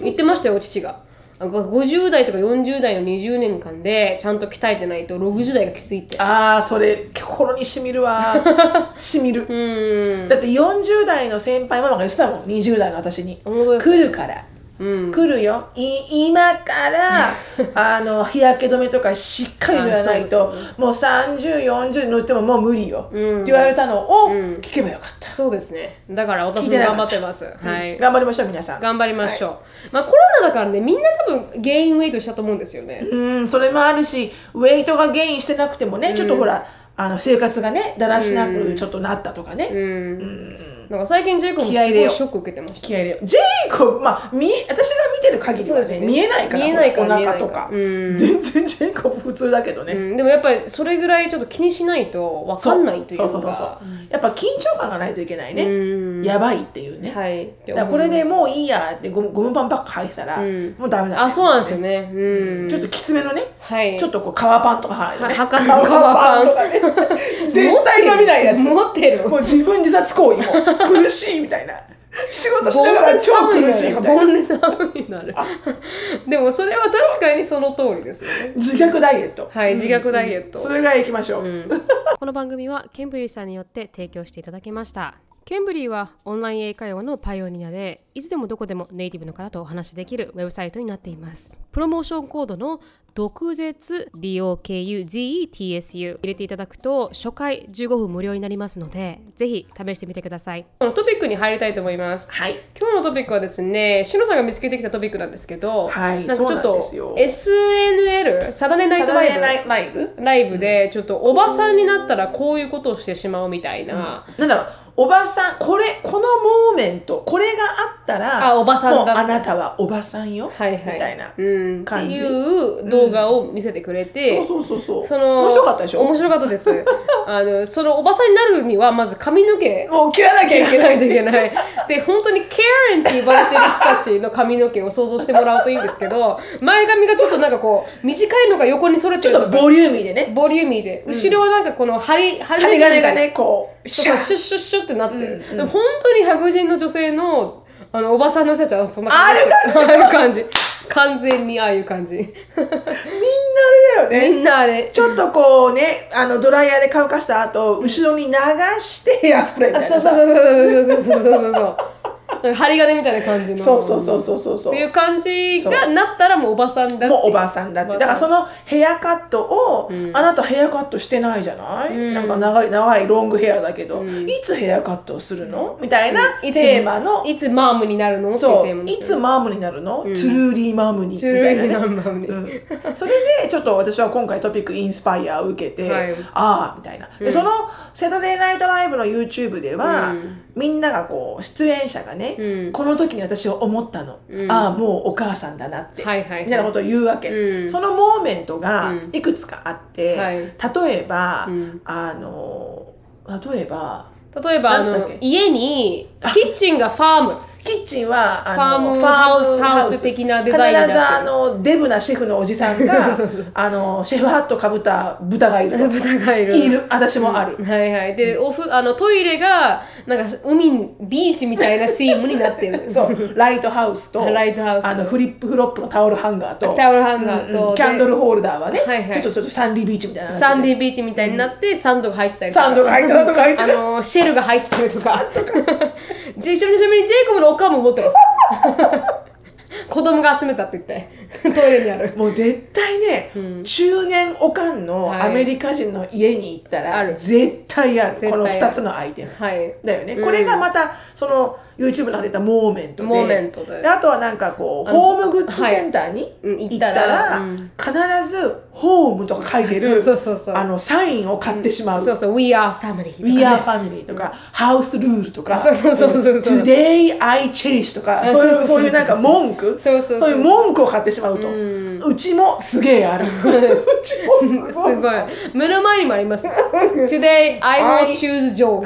Speaker 1: ん言ってましたよ父がなんか50代とか40代の20年間でちゃんと鍛えてないと60代がきついって
Speaker 2: ああそれ心にしみるわ しみる、
Speaker 1: うん
Speaker 2: だって40代の先輩ママが言ってたもん20代の私に
Speaker 1: 本当です
Speaker 2: 来るから
Speaker 1: うん
Speaker 2: 来るよい今から あの日焼け止めとかしっかり塗らない
Speaker 1: あそ
Speaker 2: と
Speaker 1: うです
Speaker 2: もう3040塗ってももう無理
Speaker 1: ん
Speaker 2: よ、って言われたのを
Speaker 1: うん
Speaker 2: 聞けばよかった、
Speaker 1: そうですねだから私
Speaker 2: 聞い
Speaker 1: も
Speaker 2: てなか
Speaker 1: 頑
Speaker 2: った
Speaker 1: 張ってますはい
Speaker 2: 頑張りましょう皆さん
Speaker 1: 頑張りましょう、まあコロナだからねみんな多分ゲインウェイトしたと思うんですよね、
Speaker 2: うんそれもあるしウェイトがゲインしてなくてもね、ちょっとほらあの生活がねだらしなくちょっとなったとかね、
Speaker 1: なんか最近ジェイコブも
Speaker 2: 気合い
Speaker 1: す
Speaker 2: 入れ
Speaker 1: ご
Speaker 2: よう
Speaker 1: いショック受けてました
Speaker 2: 気合い入れようジェイコブ、まあ、見え私が見てる限り
Speaker 1: そう
Speaker 2: は、
Speaker 1: です
Speaker 2: ね
Speaker 1: よね
Speaker 2: 見えないから
Speaker 1: 見えないから
Speaker 2: お腹とか
Speaker 1: 見えないからうん
Speaker 2: 全然ジェイコブ普通だけどね、
Speaker 1: うん、でもやっぱりそれぐらいちょっと気にしないと分かんないというか
Speaker 2: そうそうそうそうやっぱ緊張感がないといけないね、やばいっていうね、
Speaker 1: はい
Speaker 2: だからこれでもういいやってゴムゴムパンばっか履いてたら、
Speaker 1: ん
Speaker 2: もうダメだ
Speaker 1: あそうなんですよねうん
Speaker 2: ちょっときつめのね、
Speaker 1: はい
Speaker 2: ちょっとこう革パンとか履いてね
Speaker 1: はは革
Speaker 2: 革とかね絶対が見ないやつ
Speaker 1: 持ってる
Speaker 2: もう自分自殺行為もう苦しいみたいな仕事しながら超苦しいみたい
Speaker 1: ボ
Speaker 2: な
Speaker 1: ンデサウになるでもそれは確かにその通りですよね
Speaker 2: 自虐ダイエット
Speaker 1: はい自虐ダイエット、
Speaker 2: それぐらいいきましょう、
Speaker 1: この番組はケンブリーさんによって提供していただきましたケンブリーはオンライン英会話のパイオニアでいつでもどこでもネイティブの方とお話しできるウェブサイトになっていますプロモーションコードの毒舌 DOKUZETSU 入れていただくと初回15分無料になりますのでぜひ試してみてくださいこのトピックに入りたいと思います
Speaker 2: はい
Speaker 1: 今日のトピックはですね、しのさんが見つけてきたトピックなんですけど、
Speaker 2: はい
Speaker 1: なんかちょっ
Speaker 2: そうなん
Speaker 1: と
Speaker 2: ですよ
Speaker 1: SNL、サダネナイ
Speaker 2: サ
Speaker 1: ト
Speaker 2: タ
Speaker 1: ラ
Speaker 2: デ
Speaker 1: イ
Speaker 2: ー
Speaker 1: ブ
Speaker 2: ナイトライブ
Speaker 1: ライブで、ちょっとおばさんになったらこういうことをしてしまうみたいな、
Speaker 2: なんだろうおばさんこれこのモーメントこれがあったら
Speaker 1: あおばさんだ
Speaker 2: もうあなたはおばさんよ、
Speaker 1: はいはい、
Speaker 2: みたいな
Speaker 1: うん、って
Speaker 2: 感じ、
Speaker 1: いう動画を見せてくれて、
Speaker 2: そうそうそうそ
Speaker 1: そ
Speaker 2: う
Speaker 1: の
Speaker 2: 面白かったでしょ
Speaker 1: 面白かった です。あのそのおばさんになるにはまず髪の毛
Speaker 2: もう切らなきゃいけ
Speaker 1: いけ
Speaker 2: な
Speaker 1: ないいといけない。で、本当にケアレンって呼ばれてる人たちの髪の毛を想像してもらうといいんですけど、前髪がちょっとなんかこう、短いのが横にそれて
Speaker 2: ち
Speaker 1: る
Speaker 2: ょっ
Speaker 1: の
Speaker 2: と
Speaker 1: が
Speaker 2: ボリューミーでね
Speaker 1: ボリューミーで、後ろはなんかこの針、針
Speaker 2: 針金がねこう
Speaker 1: そうそうシュッシュッシュッってなってる、
Speaker 2: うんうん
Speaker 1: でも本当に白人の女性のあのおばさんの人たちはそんなじああいう感じ完全にああいう感じ
Speaker 2: あれだよね
Speaker 1: みんなあれ
Speaker 2: ちょっとこうねあのドライヤーで乾かした後後ろに流してヘアスプレーみ
Speaker 1: あ
Speaker 2: たい
Speaker 1: そ
Speaker 2: な
Speaker 1: うそうそうそうそうそうそうそうそうなんか針金みたいな感じの
Speaker 2: そうそうそうそうそうそう
Speaker 1: っていう感じがなったらもうおばさんだって
Speaker 2: もうおばあさんだって
Speaker 1: お
Speaker 2: だ
Speaker 1: ば
Speaker 2: か
Speaker 1: あ
Speaker 2: ら
Speaker 1: さ
Speaker 2: そ
Speaker 1: ん
Speaker 2: のヘアカットを、あなたヘアカットしてないじゃない、なんか長い長いロングヘアだけど、いつヘアカットをするのみたいな
Speaker 1: うんいつ
Speaker 2: テーマの、
Speaker 1: いつマームになるのっていう
Speaker 2: そ
Speaker 1: テーマ
Speaker 2: う
Speaker 1: で
Speaker 2: い
Speaker 1: す
Speaker 2: つ
Speaker 1: よね
Speaker 2: マームになるの、トゥルーリーマームにみ
Speaker 1: トゥル
Speaker 2: たい
Speaker 1: ーリー
Speaker 2: な、
Speaker 1: な
Speaker 2: ね
Speaker 1: マームに、
Speaker 2: うんそれでちょっと私は今回トピックインスパイアを受けて、
Speaker 1: はい
Speaker 2: ああみたいなで、その「セタデーナイトライブ」の YouTube では、みんながこう出演者がね、
Speaker 1: うん
Speaker 2: この時に私は思ったの、
Speaker 1: うん
Speaker 2: ああもうお母さんだなって、
Speaker 1: はいはいはい
Speaker 2: みたいなことを言うわけ、
Speaker 1: うん
Speaker 2: そのモーメントが
Speaker 1: うん
Speaker 2: いくつかあって、
Speaker 1: はい
Speaker 2: 例えば、
Speaker 1: うん
Speaker 2: あの例えば
Speaker 1: 例えばあ
Speaker 2: なんつった
Speaker 1: の
Speaker 2: っけ
Speaker 1: 家に
Speaker 2: あ
Speaker 1: キッチンがファーム
Speaker 2: キッチンはあの
Speaker 1: ファームハウス
Speaker 2: ファーム
Speaker 1: ハウス的なデザインになってる
Speaker 2: 必ずあのデブなシェフのおじさんが
Speaker 1: そうそう
Speaker 2: あのシェフハットかぶった豚がいる
Speaker 1: 豚がいる
Speaker 2: いる私もある、
Speaker 1: はいはいでおふあのトイレがなんか海にビーチみたいなシームになって る
Speaker 2: そうライトハウスと
Speaker 1: ライトハウスと
Speaker 2: あのフリップフロップのタオルハンガーと
Speaker 1: タオルハンガーと
Speaker 2: うんうん
Speaker 1: で
Speaker 2: キャンドルホルダーはね、
Speaker 1: はいはい
Speaker 2: ちょっとちょっとサンディビーチみたいな
Speaker 1: サン
Speaker 2: ィ
Speaker 1: ディビーチみたいになって、サンドが入ってたりとか
Speaker 2: サンドが入ってたとか入って
Speaker 1: あ
Speaker 2: る
Speaker 1: のシェルが入ってたりとかちなみにジェイコブのおかんも持ってます 子供が集めたって言ってトイレにある
Speaker 2: もう絶対ね、中年おかんの
Speaker 1: はい
Speaker 2: アメリカ人の家に行ったら、
Speaker 1: ある
Speaker 2: 絶対ある
Speaker 1: 絶対あ
Speaker 2: こ
Speaker 1: る
Speaker 2: の2つのアイテム
Speaker 1: はい
Speaker 2: だよね、これがまたその YouTube の出たモーメントで
Speaker 1: モーメントで
Speaker 2: であとはなんかこう
Speaker 1: の
Speaker 2: ホームグッズセンターに
Speaker 1: うん
Speaker 2: 行
Speaker 1: 行
Speaker 2: っ
Speaker 1: ったた
Speaker 2: ら
Speaker 1: ら
Speaker 2: 必ず「ホーム」とか書いて
Speaker 1: そう
Speaker 2: る
Speaker 1: そうそうそう
Speaker 2: あのサインを買ってしまう
Speaker 1: そうそう We are family
Speaker 2: 「We are family」とか「House Rule」とか
Speaker 1: そうそうそうそうそう
Speaker 2: Today I Cherish」とか
Speaker 1: あ
Speaker 2: そういう
Speaker 1: そ
Speaker 2: そ
Speaker 1: そうそうそ
Speaker 2: う
Speaker 1: う
Speaker 2: ういうなんか文句
Speaker 1: そうそうそう
Speaker 2: いう文句を買ってしまうとうちもすげ えあるうちもすごい
Speaker 1: すごい目の前にもあります Today I will choose Joe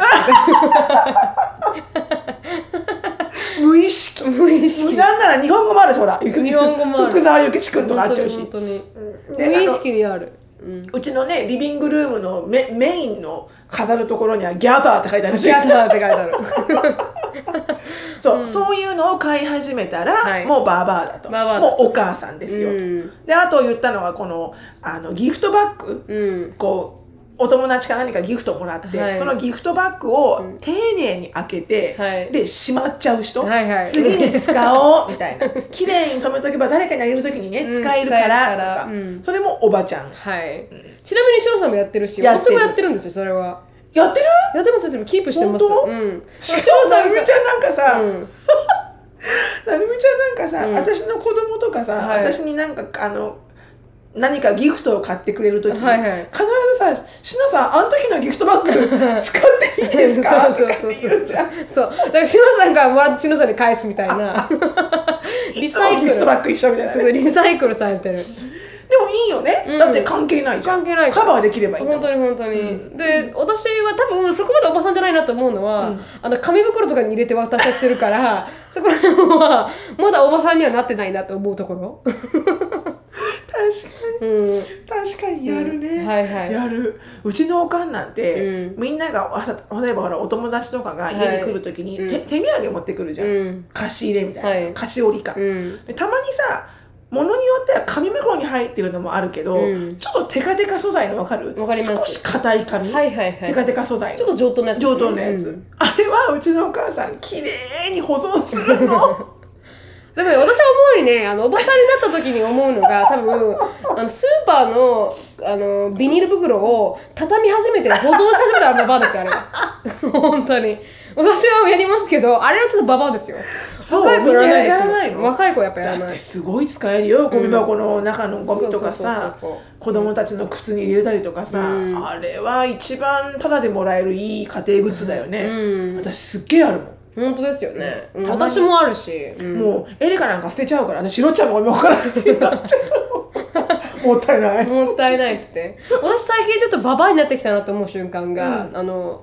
Speaker 2: 無意識無意識なんなら日本語もあるしほら
Speaker 1: 日本語もある
Speaker 2: 福沢諭吉君とかあ
Speaker 1: 本
Speaker 2: っち
Speaker 1: 当
Speaker 2: ゃう
Speaker 1: に
Speaker 2: し
Speaker 1: 本当に無
Speaker 2: で
Speaker 1: 意識にある
Speaker 2: うちのねリビングルームのメメインの飾るところには「ギャザー」って書いてあるし
Speaker 1: シアターって書いてある
Speaker 2: そう,、そういうのを買い始めたら、
Speaker 1: はい
Speaker 2: もうバーバーだと
Speaker 1: バーバーだ
Speaker 2: もうお母さんですよ、
Speaker 1: うん
Speaker 2: であと言ったのはこのあのギフトバッグ、
Speaker 1: うん
Speaker 2: こうお友達から何かギフトもらって、
Speaker 1: はい
Speaker 2: そのギフトバッグを丁寧に開けて、
Speaker 1: はい
Speaker 2: でしまっちゃう人、
Speaker 1: はいはい
Speaker 2: 次に使おうみたいな綺麗に止めとけば誰かにあげる時にね、
Speaker 1: うん
Speaker 2: 使えるから
Speaker 1: 使えるから
Speaker 2: とか、
Speaker 1: うん
Speaker 2: それもおばちゃん
Speaker 1: はいちなみに翔さんもやってるし
Speaker 2: やっ
Speaker 1: 私
Speaker 2: てる
Speaker 1: もやってるんですよそれは
Speaker 2: やってる
Speaker 1: やってますやってますキープしてます
Speaker 2: 本当
Speaker 1: うん
Speaker 2: し
Speaker 1: 翔
Speaker 2: か
Speaker 1: さ
Speaker 2: もなんる
Speaker 1: が
Speaker 2: みちゃん なんかさ、
Speaker 1: うん
Speaker 2: なるみちゃんなんかさ、私の子供とかさ、
Speaker 1: はい
Speaker 2: 私になんかあの何かギフトを買ってくれる時に、
Speaker 1: はいはい
Speaker 2: 必ずさ「しのさんあの時のギフトバッグ 使っていいですか?」
Speaker 1: そう
Speaker 2: とか
Speaker 1: そうそうそう
Speaker 2: 言うじゃん
Speaker 1: そうだから篠さんがわ篠さんに返すみたい なリ
Speaker 2: いつも
Speaker 1: サイク
Speaker 2: ギフ
Speaker 1: ル
Speaker 2: トバッグ一緒みたいな
Speaker 1: そ
Speaker 2: ね、
Speaker 1: うそうリサイクルされてる
Speaker 2: でもいいよね、
Speaker 1: うん
Speaker 2: だって関係ないじゃん
Speaker 1: 関係ない
Speaker 2: カバーできればいいんだ
Speaker 1: 本当に本当に、で私は多分そこまでおばさんじゃないなと思うのは、あの紙袋とかに入れて渡したりするからそこら辺はまだおばさんにはなってないなと思うところ
Speaker 2: 確かに、確かにやるね、
Speaker 1: うんはいはい
Speaker 2: やるうちのおかんなんて、
Speaker 1: う
Speaker 2: みんながあ例えばほらお友達とかが家に来る時に、
Speaker 1: はい
Speaker 2: て手土産持ってくるじゃん、
Speaker 1: うん
Speaker 2: 貸し入れみたいな、
Speaker 1: はい
Speaker 2: 貸し折りか、
Speaker 1: うん
Speaker 2: でたまにさ物によっては紙袋に入ってるのもあるけど、
Speaker 1: うん
Speaker 2: ちょっとテカテカ素材のわかる
Speaker 1: わかります
Speaker 2: 少し硬い紙、
Speaker 1: はいはいはい
Speaker 2: テカテカ素材の
Speaker 1: ちょっと上等なやつですね
Speaker 2: 上等なやつ、
Speaker 1: うん
Speaker 2: あれはうちのお母さん綺麗に保存す るの
Speaker 1: だから私は思うにねあのおばさんになった時に思うの が多分あのスーパーのあのビニール袋を畳み始めて保存し始めたらババアですよあれは 本当に私はやりますけどあれはちょっとババアですよ
Speaker 2: そう
Speaker 1: 若い子やらないです
Speaker 2: みんなやらない
Speaker 1: よ
Speaker 2: の
Speaker 1: 若い子はやっぱやら
Speaker 2: だっ
Speaker 1: な
Speaker 2: て
Speaker 1: い
Speaker 2: すごい使えるよゴミ箱の中のゴミとか
Speaker 1: そ
Speaker 2: さ
Speaker 1: うそうそうそう
Speaker 2: 子供たちの靴に入れたりとかさ、あれは一番タダでもらえるいい家庭グッズだよね、私すっげえあるもん
Speaker 1: 本当ですよね、うん
Speaker 2: たまに
Speaker 1: 私もあるし、うん
Speaker 2: もうエリカなんか捨てちゃうから私ロちゃんのゴミ箱からなっちゃうもったいない
Speaker 1: もったいないって言って私最近ちょっとババアになってきたなと思う瞬間が、あの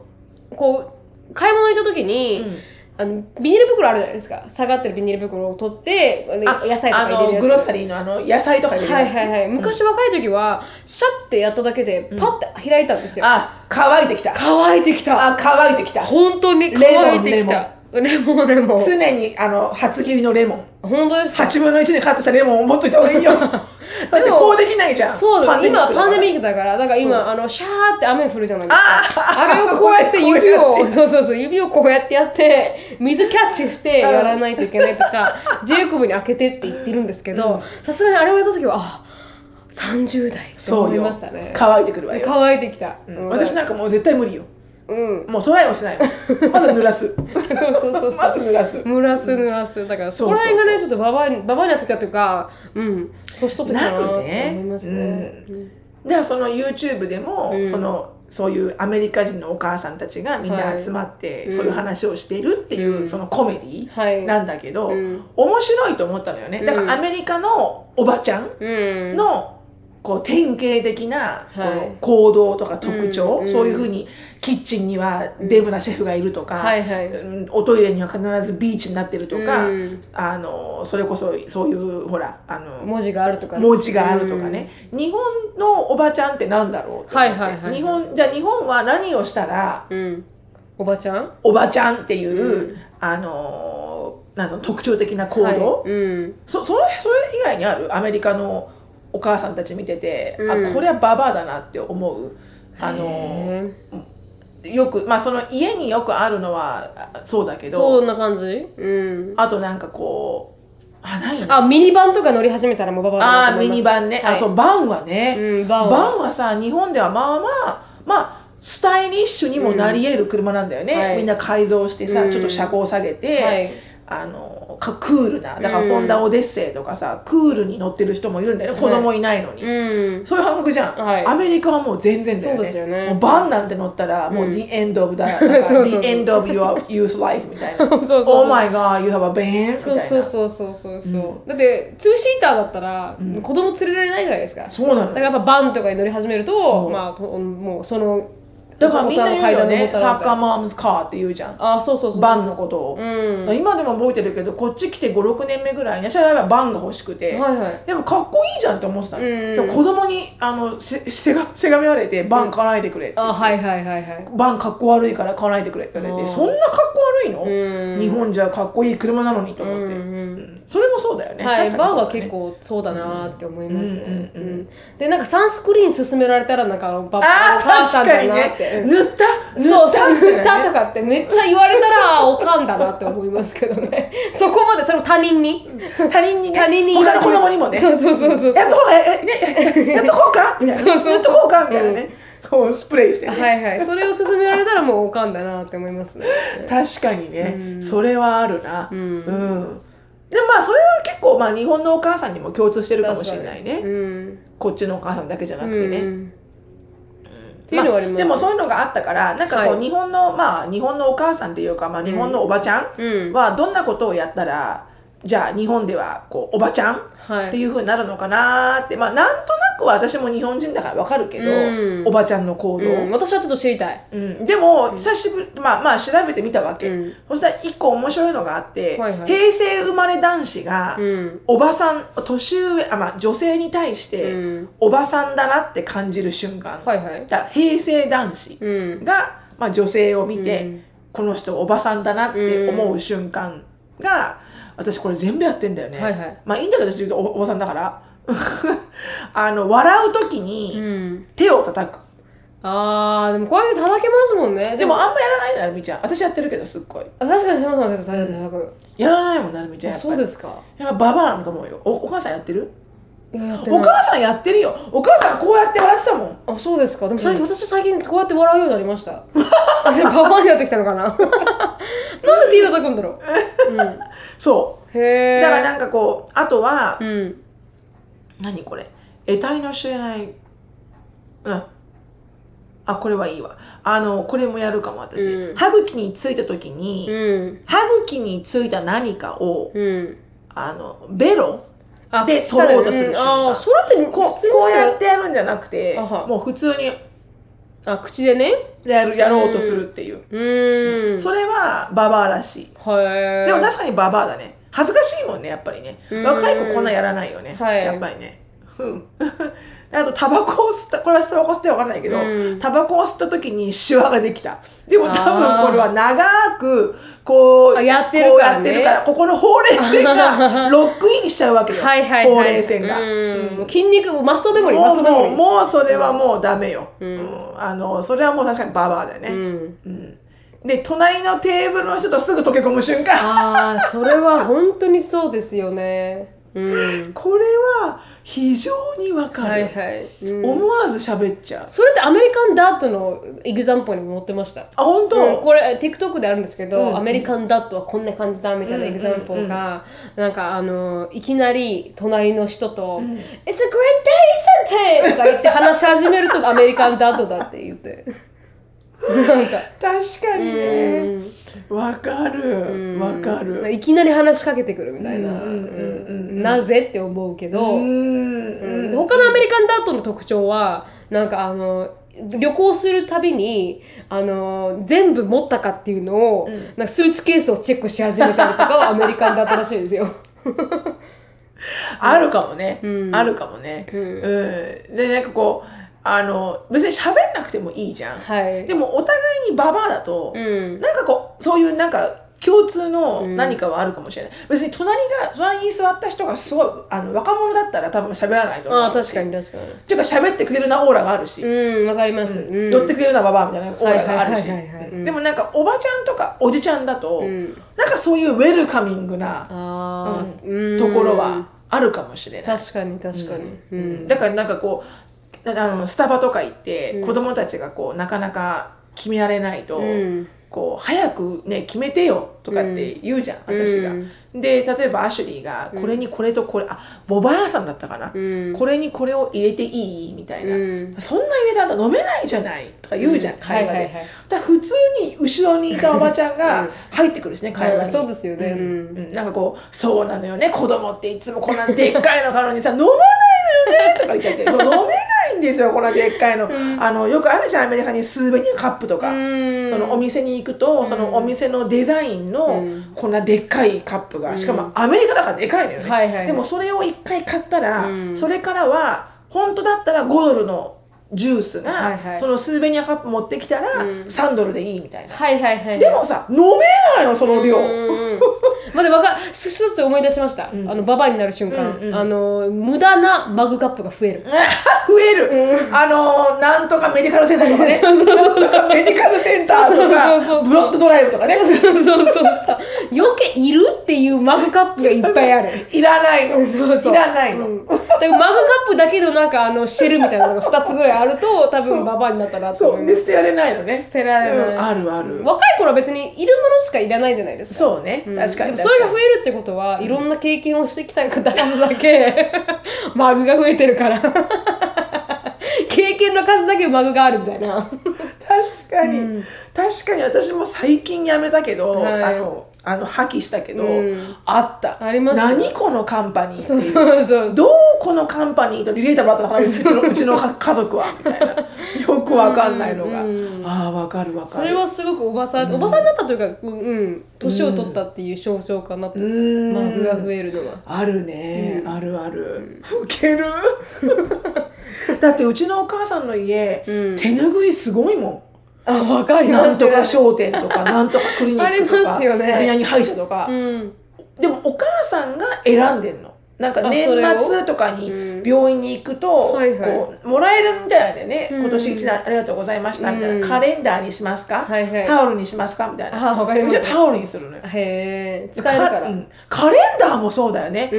Speaker 1: こう買い物行った時に、あのビニール袋あるじゃないですか下がってるビニール袋を取ってあの
Speaker 2: あ
Speaker 1: 野菜とか
Speaker 2: あ
Speaker 1: 入れる
Speaker 2: の
Speaker 1: やつ
Speaker 2: グロッサリーのあの野菜とか入れる
Speaker 1: は
Speaker 2: や
Speaker 1: い
Speaker 2: つ、
Speaker 1: はいはい昔若い時はシャッてやっただけでパッて開いたんですよ、
Speaker 2: あ乾いてきた
Speaker 1: 乾いてきた
Speaker 2: あ乾いてきた
Speaker 1: 本当に乾いてきたレモンレモン
Speaker 2: 常にあの初切りのレモン
Speaker 1: 本当ですか
Speaker 2: 8分の1でカットしたレモンを持っといた方がいい よだってこうできないじゃん
Speaker 1: そうだ今はパンデミ
Speaker 2: ッ
Speaker 1: ッ
Speaker 2: ク
Speaker 1: クだからだから今あのシャーって雨降るじゃないですか
Speaker 2: あ
Speaker 1: あ
Speaker 2: ー
Speaker 1: れをこうやって指
Speaker 2: そうこうや
Speaker 1: を
Speaker 2: って
Speaker 1: そうそうそう指をこうやってやって水キャッチしてやらないといけないと かジェイコブに開けてって言ってるんですけどさすがにあれをやった時はあ30代って
Speaker 2: そう
Speaker 1: 思い
Speaker 2: よ
Speaker 1: ましたね
Speaker 2: 乾いてくるわよ、
Speaker 1: 乾いてきた、うん
Speaker 2: 私なんかもう絶対無理よ
Speaker 1: うん
Speaker 2: もうトライもしないもんまず濡らす
Speaker 1: そうそうそう
Speaker 2: ま
Speaker 1: そ
Speaker 2: ず
Speaker 1: う
Speaker 2: 濡らす
Speaker 1: 濡らす濡らすだからそ
Speaker 2: そ
Speaker 1: こ
Speaker 2: う
Speaker 1: ら
Speaker 2: そうそう
Speaker 1: 辺がねちょっとババアにババアになってきたというかうん年取ってきたなと思いますね
Speaker 2: なるねだからその YouTube でも、そのそういうアメリカ人のお母さんたちがみんな集まって、そういう話をしてるっていう、そのコメデ
Speaker 1: はい
Speaker 2: ィなんだけど、
Speaker 1: ん
Speaker 2: 面白いと思ったのよねだからアメリカのおばちゃん
Speaker 1: うん
Speaker 2: の、こう典型的なこ
Speaker 1: はい
Speaker 2: の行動とか特徴、
Speaker 1: うんうん
Speaker 2: そういうふうにキッチンにはデブなシェフがいるとか、
Speaker 1: はいはい
Speaker 2: うんおトイレには必ずビーチになってるとか、
Speaker 1: うん
Speaker 2: あのそれこそそういうほらあの
Speaker 1: 文字があるとかね
Speaker 2: 文字があるとかね、日本のおばちゃんってなんだろうって思って
Speaker 1: はいはいはい
Speaker 2: 日本じゃあ日本は何をしたら
Speaker 1: うんおばちゃん
Speaker 2: おばちゃんっていう、あのなんと特徴的な行動、
Speaker 1: はいうん
Speaker 2: そそれそれ以外にあるアメリカのお母さんたち見てて、
Speaker 1: うん
Speaker 2: あこれはババアだなって思うあの
Speaker 1: へー
Speaker 2: よくまあその家によくあるのはあそうだけ
Speaker 1: そ
Speaker 2: ど
Speaker 1: んな感じうん
Speaker 2: あとなんかこうあ何あ
Speaker 1: あミニバンとか乗り始めたらもうババアだな
Speaker 2: あ
Speaker 1: と思
Speaker 2: ー
Speaker 1: い
Speaker 2: ミ
Speaker 1: ます
Speaker 2: ニバンね、
Speaker 1: はい
Speaker 2: あそうバンはね、
Speaker 1: うんバンは
Speaker 2: バンはさ日本ではまあまあまあスタイリッシュにもなり得る車なんだよね、
Speaker 1: うんはい
Speaker 2: みんな改造してさ、
Speaker 1: うん
Speaker 2: ちょっと車高下げて、
Speaker 1: はい
Speaker 2: あのかクールなだからホンダオデッセイとかさ、クールに乗ってる人もいるんだよね子供いないのに、
Speaker 1: うん
Speaker 2: そういう感覚じゃん、
Speaker 1: はい
Speaker 2: アメリカはもう全然だよね
Speaker 1: そうですよね
Speaker 2: もうバンなんて乗ったらもう The end of the, だから
Speaker 1: そうそうそう
Speaker 2: The end of your youth life みたいな
Speaker 1: そうそうそう
Speaker 2: Oh my god you have a van みたいな
Speaker 1: そうそうそうそうそうそうだってツーシーターだったら子供連れられないじゃないですか
Speaker 2: そう
Speaker 1: だ
Speaker 2: なの
Speaker 1: からやっぱバンとかに乗り始めると
Speaker 2: そう
Speaker 1: まあともうその
Speaker 2: だからみんな言うよねサッカー
Speaker 1: ー
Speaker 2: マームズカーって言うじゃん
Speaker 1: あそうそうそう
Speaker 2: バンのことを、
Speaker 1: うん
Speaker 2: だから今でも覚えてるけどこっち来て56年目ぐらいに私はやっぱバンが欲しくて、
Speaker 1: はいはい
Speaker 2: でもかっこいいじゃんって思ってたの、
Speaker 1: うん
Speaker 2: でも子供にあのせ せがせがみられてバン買わないでくれって、
Speaker 1: あはいはいはいはい
Speaker 2: バンかっこ悪いから買わないでくれって言われ
Speaker 1: あー
Speaker 2: てそんなかっこ悪いの、
Speaker 1: うん
Speaker 2: 日本じゃかっこいい車なのにと思って、
Speaker 1: うんうん
Speaker 2: うんそれもそうだよね、
Speaker 1: はい、
Speaker 2: 確か
Speaker 1: バー
Speaker 2: にそう
Speaker 1: は
Speaker 2: だね
Speaker 1: 結構そうだなーって思いますね。う
Speaker 2: うんうんうん
Speaker 1: んで、なんかサンスクリーン勧められたら、なんかあのバ
Speaker 2: あ
Speaker 1: お
Speaker 2: ー
Speaker 1: 母さん
Speaker 2: 確か
Speaker 1: だ
Speaker 2: に
Speaker 1: なって。
Speaker 2: ね
Speaker 1: うん
Speaker 2: 塗った塗
Speaker 1: そう
Speaker 2: っ
Speaker 1: そ
Speaker 2: た
Speaker 1: う、
Speaker 2: みたいなね
Speaker 1: 塗ったとかってめっちゃ言われたら、あーおかんだなって思いますけど ね。そこまで、それも他人に。
Speaker 2: 他人にね
Speaker 1: 他人に言い
Speaker 2: 他の
Speaker 1: 始
Speaker 2: 子
Speaker 1: め
Speaker 2: 供にもね
Speaker 1: そうそうそうそう。
Speaker 2: やっとこうかええねやっとこうかみたい
Speaker 1: そうそう
Speaker 2: な
Speaker 1: そう
Speaker 2: やっとこうかみたいなね、こうスプレーしてね、
Speaker 1: はいはい。それを勧められたらもうおかんだなって思いますね。
Speaker 2: 確かにね、それはあるなうん、でもまあそれは結構まあ日本のお母さんにも共通してるかもしれないね、
Speaker 1: うん。
Speaker 2: こっちのお母さんだけじゃなくてね、
Speaker 1: うんっていうのはあります
Speaker 2: でもそういうのがあったからなんかこう、
Speaker 1: はい
Speaker 2: 日本のまあ日本のお母さんっていうか、まあ、日本のおばちゃ
Speaker 1: うん
Speaker 2: んはどんなことをやったら、じゃあ日本ではこうおばちゃん
Speaker 1: はい
Speaker 2: っていう風になるのかなーって、まあなんとなくは私も日本人だからわかるけど、
Speaker 1: うん
Speaker 2: おばちゃんの行動、
Speaker 1: うん私はちょっと知りたい。
Speaker 2: うん、でも久しぶり、まあまあ調べてみたわけ、
Speaker 1: うん
Speaker 2: そしたら一個面白いのがあって、
Speaker 1: はいはい
Speaker 2: 平成生まれ男子が、
Speaker 1: うん。
Speaker 2: おばさん年上あ、まあ、女性に対して、
Speaker 1: うん
Speaker 2: おばさんだなって感じる瞬間、
Speaker 1: はいはい。
Speaker 2: だ平成男子
Speaker 1: うん。
Speaker 2: が、まあ、女性を見て、
Speaker 1: うん
Speaker 2: この人おばさんだなって思う瞬間が、私これ全部やってんだよね、
Speaker 1: はいはい
Speaker 2: まあいいんだけど私おおばさんだから あの笑う時
Speaker 1: う
Speaker 2: に
Speaker 1: ん。
Speaker 2: 手を叩く
Speaker 1: あー、でもこういうの叩けますもんね。
Speaker 2: でもあんまやらないのなるみちゃん私やってるけどすっごい
Speaker 1: あ確かに島さんだけど大丈夫
Speaker 2: やらないもんなるみちゃんやっぱ
Speaker 1: そう
Speaker 2: り
Speaker 1: ですか
Speaker 2: やっぱババアなのと思うよおお母さんやってる
Speaker 1: いややってな
Speaker 2: お
Speaker 1: い
Speaker 2: 母さんやってるよお母さんこうやって笑ってたもん
Speaker 1: あそうですかでも最近、私最近こうやって笑うようになりましたあそれババアになってきたのかな なんで手叩くんだろ
Speaker 2: そう
Speaker 1: へ
Speaker 2: う
Speaker 1: え
Speaker 2: だからなんかこうあとは、
Speaker 1: うん
Speaker 2: 何これ得体の知れないうんあこれはいいわあのこれもやるかも私、
Speaker 1: うん
Speaker 2: 歯茎についた時に、
Speaker 1: うん
Speaker 2: 歯茎についた何かを、
Speaker 1: うん
Speaker 2: あのベロ
Speaker 1: あ
Speaker 2: で
Speaker 1: 舌
Speaker 2: 取ろうとする瞬間
Speaker 1: んあーそれって
Speaker 2: こ
Speaker 1: 普
Speaker 2: う
Speaker 1: 通
Speaker 2: こうや
Speaker 1: の
Speaker 2: ってやるんじゃなくて
Speaker 1: あは
Speaker 2: もう普通に
Speaker 1: あ口でね
Speaker 2: やるやろうとするっていう、
Speaker 1: うーん
Speaker 2: それはババアらしい
Speaker 1: はい
Speaker 2: でも確かにババアだね恥ずかしいもんねやっぱりね
Speaker 1: うん
Speaker 2: 若い子こんなんやらないよね、
Speaker 1: はい
Speaker 2: やっぱりねうん あとタバコを吸ったこれはタバコ吸ってわかんないけど、
Speaker 1: うん
Speaker 2: タバコを吸った時にシワができたでも多
Speaker 1: あー
Speaker 2: 分これは長くこう
Speaker 1: あやってるからね
Speaker 2: こうやってるからここのほうれい線がロックインしちゃうわけ よ、
Speaker 1: はいはいはい
Speaker 2: ほうれい線が、
Speaker 1: うんもう筋肉もうマッソメモリー
Speaker 2: も
Speaker 1: マッ
Speaker 2: う
Speaker 1: ソメモ
Speaker 2: も
Speaker 1: リ
Speaker 2: う
Speaker 1: ー
Speaker 2: もうそれはもうダメよ、うんあのそれはもう確かにババアだよね、
Speaker 1: うん
Speaker 2: で隣のテーブルの人とすぐ溶け込む瞬間
Speaker 1: ああそれは本当にそうですよねうん
Speaker 2: これは非常にわかる、
Speaker 1: はいはい、うん
Speaker 2: 思わず喋っちゃう
Speaker 1: それってアメリカンダートのエグザンポにも載ってました
Speaker 2: あ本当、
Speaker 1: うん、これ TikTok であるんですけど、
Speaker 2: うん
Speaker 1: アメリカンダットはこんな感じだみたいなエグザンポルが、なんかあのいきなり隣の人と「It's a great day, Sante!」とか言って話し始めるとアメリカンダットだって言ってなんか
Speaker 2: 確かにね
Speaker 1: うん
Speaker 2: わかるわ
Speaker 1: な
Speaker 2: か
Speaker 1: んか
Speaker 2: る
Speaker 1: いきなり話しかけてくるみたいな、
Speaker 2: うんうんうんうん
Speaker 1: うんなぜって思うけど、
Speaker 2: う
Speaker 1: うん
Speaker 2: ん
Speaker 1: で他のアメリカンダートの特徴はなんかあの旅行するたびにあの全部持ったかっていうのを、なんかスーツケースをチェックし始めたりと かはアメリカンダートらしいですよ。
Speaker 2: あるかもね、
Speaker 1: うん
Speaker 2: あるかもね、
Speaker 1: うん
Speaker 2: うんでなんかこうあの別に喋んなくてもいいじゃん、
Speaker 1: はい。
Speaker 2: でもお互いにババアだと、
Speaker 1: うん。
Speaker 2: なんかこうそういうなんか共通の
Speaker 1: ん
Speaker 2: 何かはあるかもしれない、別に隣が隣に座った人がすごいあの若者だったら多分喋らないと思う
Speaker 1: ああ確かに確か
Speaker 2: っていうか喋ってくれるなオーラがあるし、
Speaker 1: に。うんわかります。うん。
Speaker 2: 寄ってくれるなババアみたいなオーラがあるし
Speaker 1: はいはいはいはいうん
Speaker 2: でもなんかおばちゃんとかおじちゃんだと、
Speaker 1: ん
Speaker 2: なんかそういうウェルカミングな
Speaker 1: ああ、うん
Speaker 2: ところはあるかもしれない、
Speaker 1: 確かに確かに。うん。
Speaker 2: だからなんかこうあのスタバとか行って子供たちがこうなかなか決められないと、
Speaker 1: ん
Speaker 2: こう早くね決めてよとかって言うじゃん、私が。で例えばアシュリーがこれにこれとこれ、あボバーさんだったかな、
Speaker 1: うん
Speaker 2: これにこれを入れていいみたいな、
Speaker 1: うん
Speaker 2: そんな入れたんだ飲めないじゃないとか言うじゃん、
Speaker 1: うん
Speaker 2: 会話で、
Speaker 1: はいはいはい
Speaker 2: だから普通に後ろにいたおばちゃ んが入ってくるしね、会話
Speaker 1: あ
Speaker 2: に
Speaker 1: そうですよね
Speaker 2: うん
Speaker 1: うん
Speaker 2: うんなんかこうそうなのよね子供っていつもこんなでっかいの買うのにさ飲まないのよねとか言っちゃってそう飲めないんですよこのでっかいの,、あのよくあるじゃんアメリカにスーベニアカップとか、
Speaker 1: うん
Speaker 2: そのお店に行くと、そのお店のデザインのこんなでっかいカップが、しかもアメリカだからでかいのよね、
Speaker 1: はいはいはい
Speaker 2: でもそれを一回買ったら、それからは本当だったら5ドルのジュースが、
Speaker 1: はいはい
Speaker 2: そのスーベニアカップ持ってきたら3ドルでいいみたいな、
Speaker 1: はいはいはい。
Speaker 2: でもさ飲めないのその量、
Speaker 1: うんうん、まあでもわか一つ思い出しました、あのババアになる瞬間、あの無駄なマグカップが増える
Speaker 2: 増える、あのーなんとかメディカルセンターと かねなんとかメディカルセンター
Speaker 1: そ
Speaker 2: と
Speaker 1: うそうそう
Speaker 2: か
Speaker 1: そう
Speaker 2: ブロッドドライブとかね
Speaker 1: そうそうそうそう余計いるっていうマグカップがいっぱいある
Speaker 2: いらないのいらないの、
Speaker 1: うんだからマグカップだけのなんかあのシェルみたいなのが2つぐらいあると多分ババアになったなと
Speaker 2: そ
Speaker 1: 思い
Speaker 2: う
Speaker 1: ま
Speaker 2: です捨てられないのね捨
Speaker 1: てられない
Speaker 2: あるある、
Speaker 1: 若い頃は別にいるものしかいらないじゃないですか
Speaker 2: そうね、確か
Speaker 1: で
Speaker 2: に確かに
Speaker 1: もそれが増えるってことは、いろんな経験をしてきた数だけ マグが増えてるから 経験の数だけマグがあるみたいな
Speaker 2: 確かに、確かに私も最近やめたけど、
Speaker 1: はい
Speaker 2: あのあの破棄したけど、
Speaker 1: うん
Speaker 2: あった
Speaker 1: あります
Speaker 2: 何このカンパニーって
Speaker 1: そう
Speaker 2: いう
Speaker 1: そうそう
Speaker 2: どうこのカンパニーとリレータブルだったのかなうちのうちの家家族はみたいなよくわかんないのが、ああわかるわかる
Speaker 1: それはすごくおばさん、おばさんになったというかうんうん年を取ったっていう象徴かなと、
Speaker 2: うん
Speaker 1: マグが増えるのは
Speaker 2: あるね、あるある、ウケ るだってうちのお母さんの家、手ぬぐいすごいもん
Speaker 1: あわかり
Speaker 2: な
Speaker 1: ま
Speaker 2: ん
Speaker 1: す
Speaker 2: とか商店と か、なんとかクリニックとか、
Speaker 1: ありますよね
Speaker 2: 何々歯医者とか、
Speaker 1: うん
Speaker 2: でもお母さんが選んでんの。なんか
Speaker 1: あ
Speaker 2: 年
Speaker 1: それを
Speaker 2: 末とかに病院に行くと、
Speaker 1: はいはい
Speaker 2: こうもらえるみたいでね、今年一年ありがとうございましたみたいな、
Speaker 1: うん
Speaker 2: カレンダーにしますか、
Speaker 1: はいはい
Speaker 2: タオルにしますかみたいな。
Speaker 1: あわかりま
Speaker 2: じゃ
Speaker 1: す
Speaker 2: あタオルにするのよ。
Speaker 1: へえ使えるから
Speaker 2: う
Speaker 1: うん、
Speaker 2: んカレンダーもそうだよね。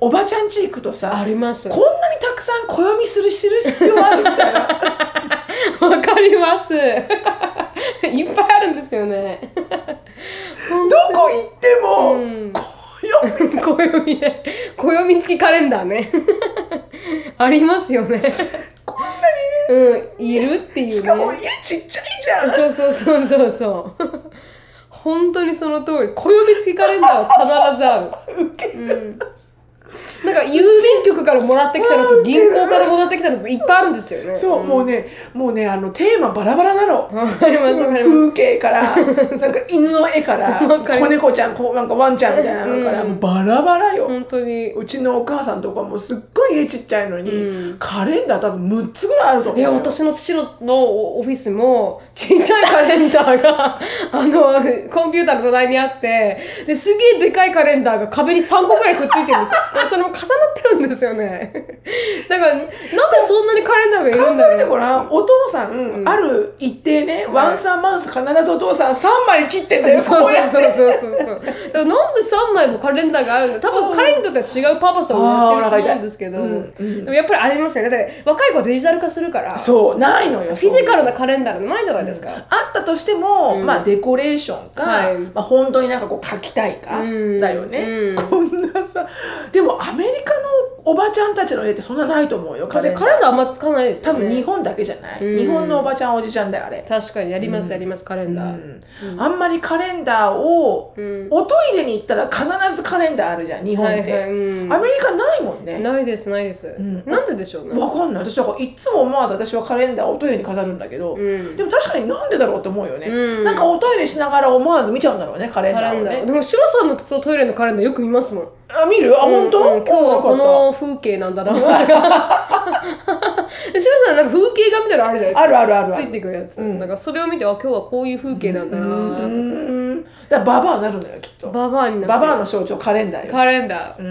Speaker 2: おばちゃん家行くとさ、
Speaker 1: あります
Speaker 2: こんなにたくさん暦する知る必要あるみた いな。
Speaker 1: わかります いっぱいあるんですよね
Speaker 2: どこ行っても、
Speaker 1: うん
Speaker 2: 暦
Speaker 1: 暦ね暦付きカレンダーね ありますよね
Speaker 2: こんなにね、
Speaker 1: うんいるっていうね
Speaker 2: しかも家ちっちゃいじゃん。
Speaker 1: そうそうそうそうそう本当にその通り暦付きカレンダーは必ずある
Speaker 2: ウケる
Speaker 1: なんか郵便局からもらってきたのと銀行からもらってきたのいっぱいあるんですよね。
Speaker 2: そう、もうね、もうね、あの、テーマバラバラなの。
Speaker 1: わかりますわかります。
Speaker 2: 風景から、なんか犬の絵から、
Speaker 1: わかります
Speaker 2: 子猫ちゃん、こうなんかワンちゃんみたいなのから、もうバラバラよ。
Speaker 1: 本当に。
Speaker 2: うちのお母さんとかもすっごい家ちっちゃいのに、カレンダー多分6つぐらいあると思う
Speaker 1: い
Speaker 2: よ。
Speaker 1: や、私の父のオフィスも、ちっちゃいカレンダーが、 あの、コンピューターの隣にあって、で、すげえでかいカレンダーが壁に3個ぐらいくっついてるんです よ。それも重なってるんですよね。だから、なんでそんなにカレンダーがい
Speaker 2: 考
Speaker 1: るんだろ
Speaker 2: え
Speaker 1: う。
Speaker 2: てごらん、お父さん、ある一定ね、ワンサンマウス必ずお父さん3枚切ってんだ よ、
Speaker 1: そう
Speaker 2: こうや
Speaker 1: そう
Speaker 2: って。
Speaker 1: そうそうそうそう。だからなんで3枚もカレンダーがあるの多分彼にとっては違うパーパスをやってると思うんですけど、
Speaker 2: あーお腹痛いうんうん
Speaker 1: でもやっぱりありますよね。だって若い子はデジタル化するから、フ
Speaker 2: そう、ないのよ。
Speaker 1: ィジ
Speaker 2: ル
Speaker 1: カルなカレンダーがないじゃないですか。
Speaker 2: あったとしても、まあデコレーションか、
Speaker 1: はい
Speaker 2: まあ本当になんかこう書きたいか、
Speaker 1: うん
Speaker 2: だよね、
Speaker 1: うん
Speaker 2: こんなさ、でもアメリカのおばちゃんたちの絵ってそんなないと思うよ、カレ
Speaker 1: 私
Speaker 2: ンダ
Speaker 1: カ
Speaker 2: ー
Speaker 1: レンダーあんま使わないです
Speaker 2: 多
Speaker 1: よね。
Speaker 2: 分日本だけじゃない、
Speaker 1: うん
Speaker 2: 日本のおばちゃんおじちゃんだよ、あれ。
Speaker 1: 確かにやりますやりますカレンダ
Speaker 2: う
Speaker 1: ー。
Speaker 2: んあんまりカレンダーを、
Speaker 1: うん
Speaker 2: おトイレに行ったら必ずカレンダーあるじゃん日本
Speaker 1: は
Speaker 2: っ
Speaker 1: い
Speaker 2: て、
Speaker 1: はい。うん
Speaker 2: アメリカないもんね
Speaker 1: ないですないです。
Speaker 2: ん
Speaker 1: なんででしょうね。
Speaker 2: わかんない私だからいつも思わず私はカレンダーをおトイレに飾るんだけど、
Speaker 1: うん
Speaker 2: でも確かになんでだろうって思うよね、
Speaker 1: うん
Speaker 2: なんかおトイレしながら思わず見ちゃうんだろうねカレン
Speaker 1: カ
Speaker 2: ダ
Speaker 1: レ
Speaker 2: ーを
Speaker 1: ンダー。
Speaker 2: ね
Speaker 1: でも白さんのトトイレのカレンダーよく見ますもん。
Speaker 2: あ見るあ本当、
Speaker 1: うんうん今日はこ
Speaker 2: よかっ
Speaker 1: の風景なんだな。白さんなんか風景画みたいなのあるじゃないです
Speaker 2: た
Speaker 1: か。
Speaker 2: あるあるあるあ
Speaker 1: つ
Speaker 2: る
Speaker 1: いてくるやつ。なんかそれを見てあ今日はこういう風景なんだな
Speaker 2: う
Speaker 1: ーと
Speaker 2: んだからババアになるのよきっと
Speaker 1: ババアにな
Speaker 2: バ
Speaker 1: って
Speaker 2: バアの象徴カレンダーよ、
Speaker 1: カレンダー。
Speaker 2: うん
Speaker 1: う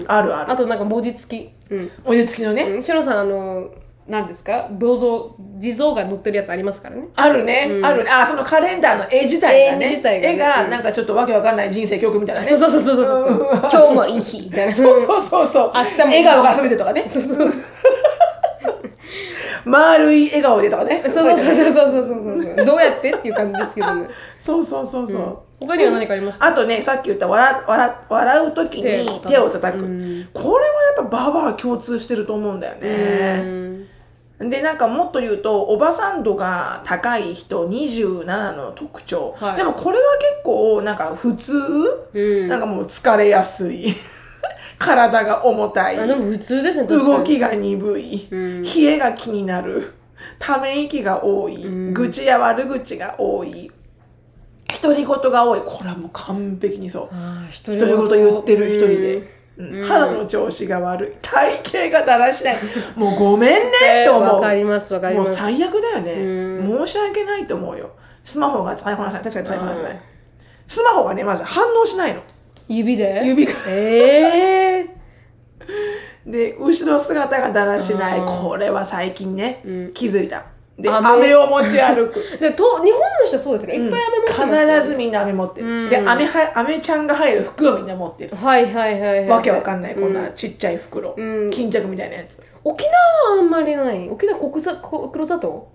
Speaker 1: ん
Speaker 2: あるある
Speaker 1: あとなんか文字付き。うん。
Speaker 2: お湯付きのね、
Speaker 1: うん白さんあの何ですか銅像地蔵が載ってるやつありますからね。
Speaker 2: あるね、あるね。あ、そのカレンダーの絵自体がね。
Speaker 1: 絵自体がね
Speaker 2: 絵がなんかちょっとわけわかんない人生教訓みたいなね。
Speaker 1: そうそうそうそうそうそう。今日もいい日みたいな。
Speaker 2: そうそうそうそう。
Speaker 1: 明日も
Speaker 2: 笑顔が全てとかね。そうそう丸い笑顔でとかね。
Speaker 1: そうそうそうそうそうそうそうそう。どうやってっていう感じですけど ね。
Speaker 2: そうそうそうそう。
Speaker 1: 他には何かありました？
Speaker 2: あとね、さっき言った笑笑笑う時に手
Speaker 1: 手
Speaker 2: を
Speaker 1: を
Speaker 2: 叩く。これはやっぱババア共通してると思うんだよね。で、なんかもっと言うと、おばさん度が高い人27の特徴。
Speaker 1: はい
Speaker 2: でもこれは結構なんか普通、
Speaker 1: うん
Speaker 2: なんかもう疲れやすい。 体が重たい。
Speaker 1: あでも普通ですね。確かに
Speaker 2: 動。きが鈍い、冷えが気になる、ため息が多い、愚痴や悪口が多い、独り言が多い、これはもう完璧にそう。
Speaker 1: あー独
Speaker 2: 独り言言ってる一人
Speaker 1: うん
Speaker 2: で。うん肌の調子が悪い、体型がだら しない、もうごめんねって思
Speaker 1: わ
Speaker 2: う。
Speaker 1: かりますわかり
Speaker 2: も
Speaker 1: ま
Speaker 2: う
Speaker 1: す。
Speaker 2: 最悪だよね。申し訳ないと思うよ。スマホが財布なさい。確かに財布なさい。スマホがね、まず反応しないの。
Speaker 1: 指で？
Speaker 2: 指が。
Speaker 1: ええ
Speaker 2: で後ろ姿がだらしない
Speaker 1: あー
Speaker 2: これは最近ね、気づいたで
Speaker 1: 飴
Speaker 2: 飴を持ち歩く
Speaker 1: ー。でと 日本の人はそうですね。いっぱい飴持ってますよね。
Speaker 2: 必ずみんな飴持ってる、で飴は飴ちゃんが入る袋みんな持ってる、
Speaker 1: はいはいはいはい。
Speaker 2: わけわかんないこんなちっちゃい袋、巾着みたいなやつ
Speaker 1: 沖縄はあんまりない。沖縄黒砂こ黒砂糖？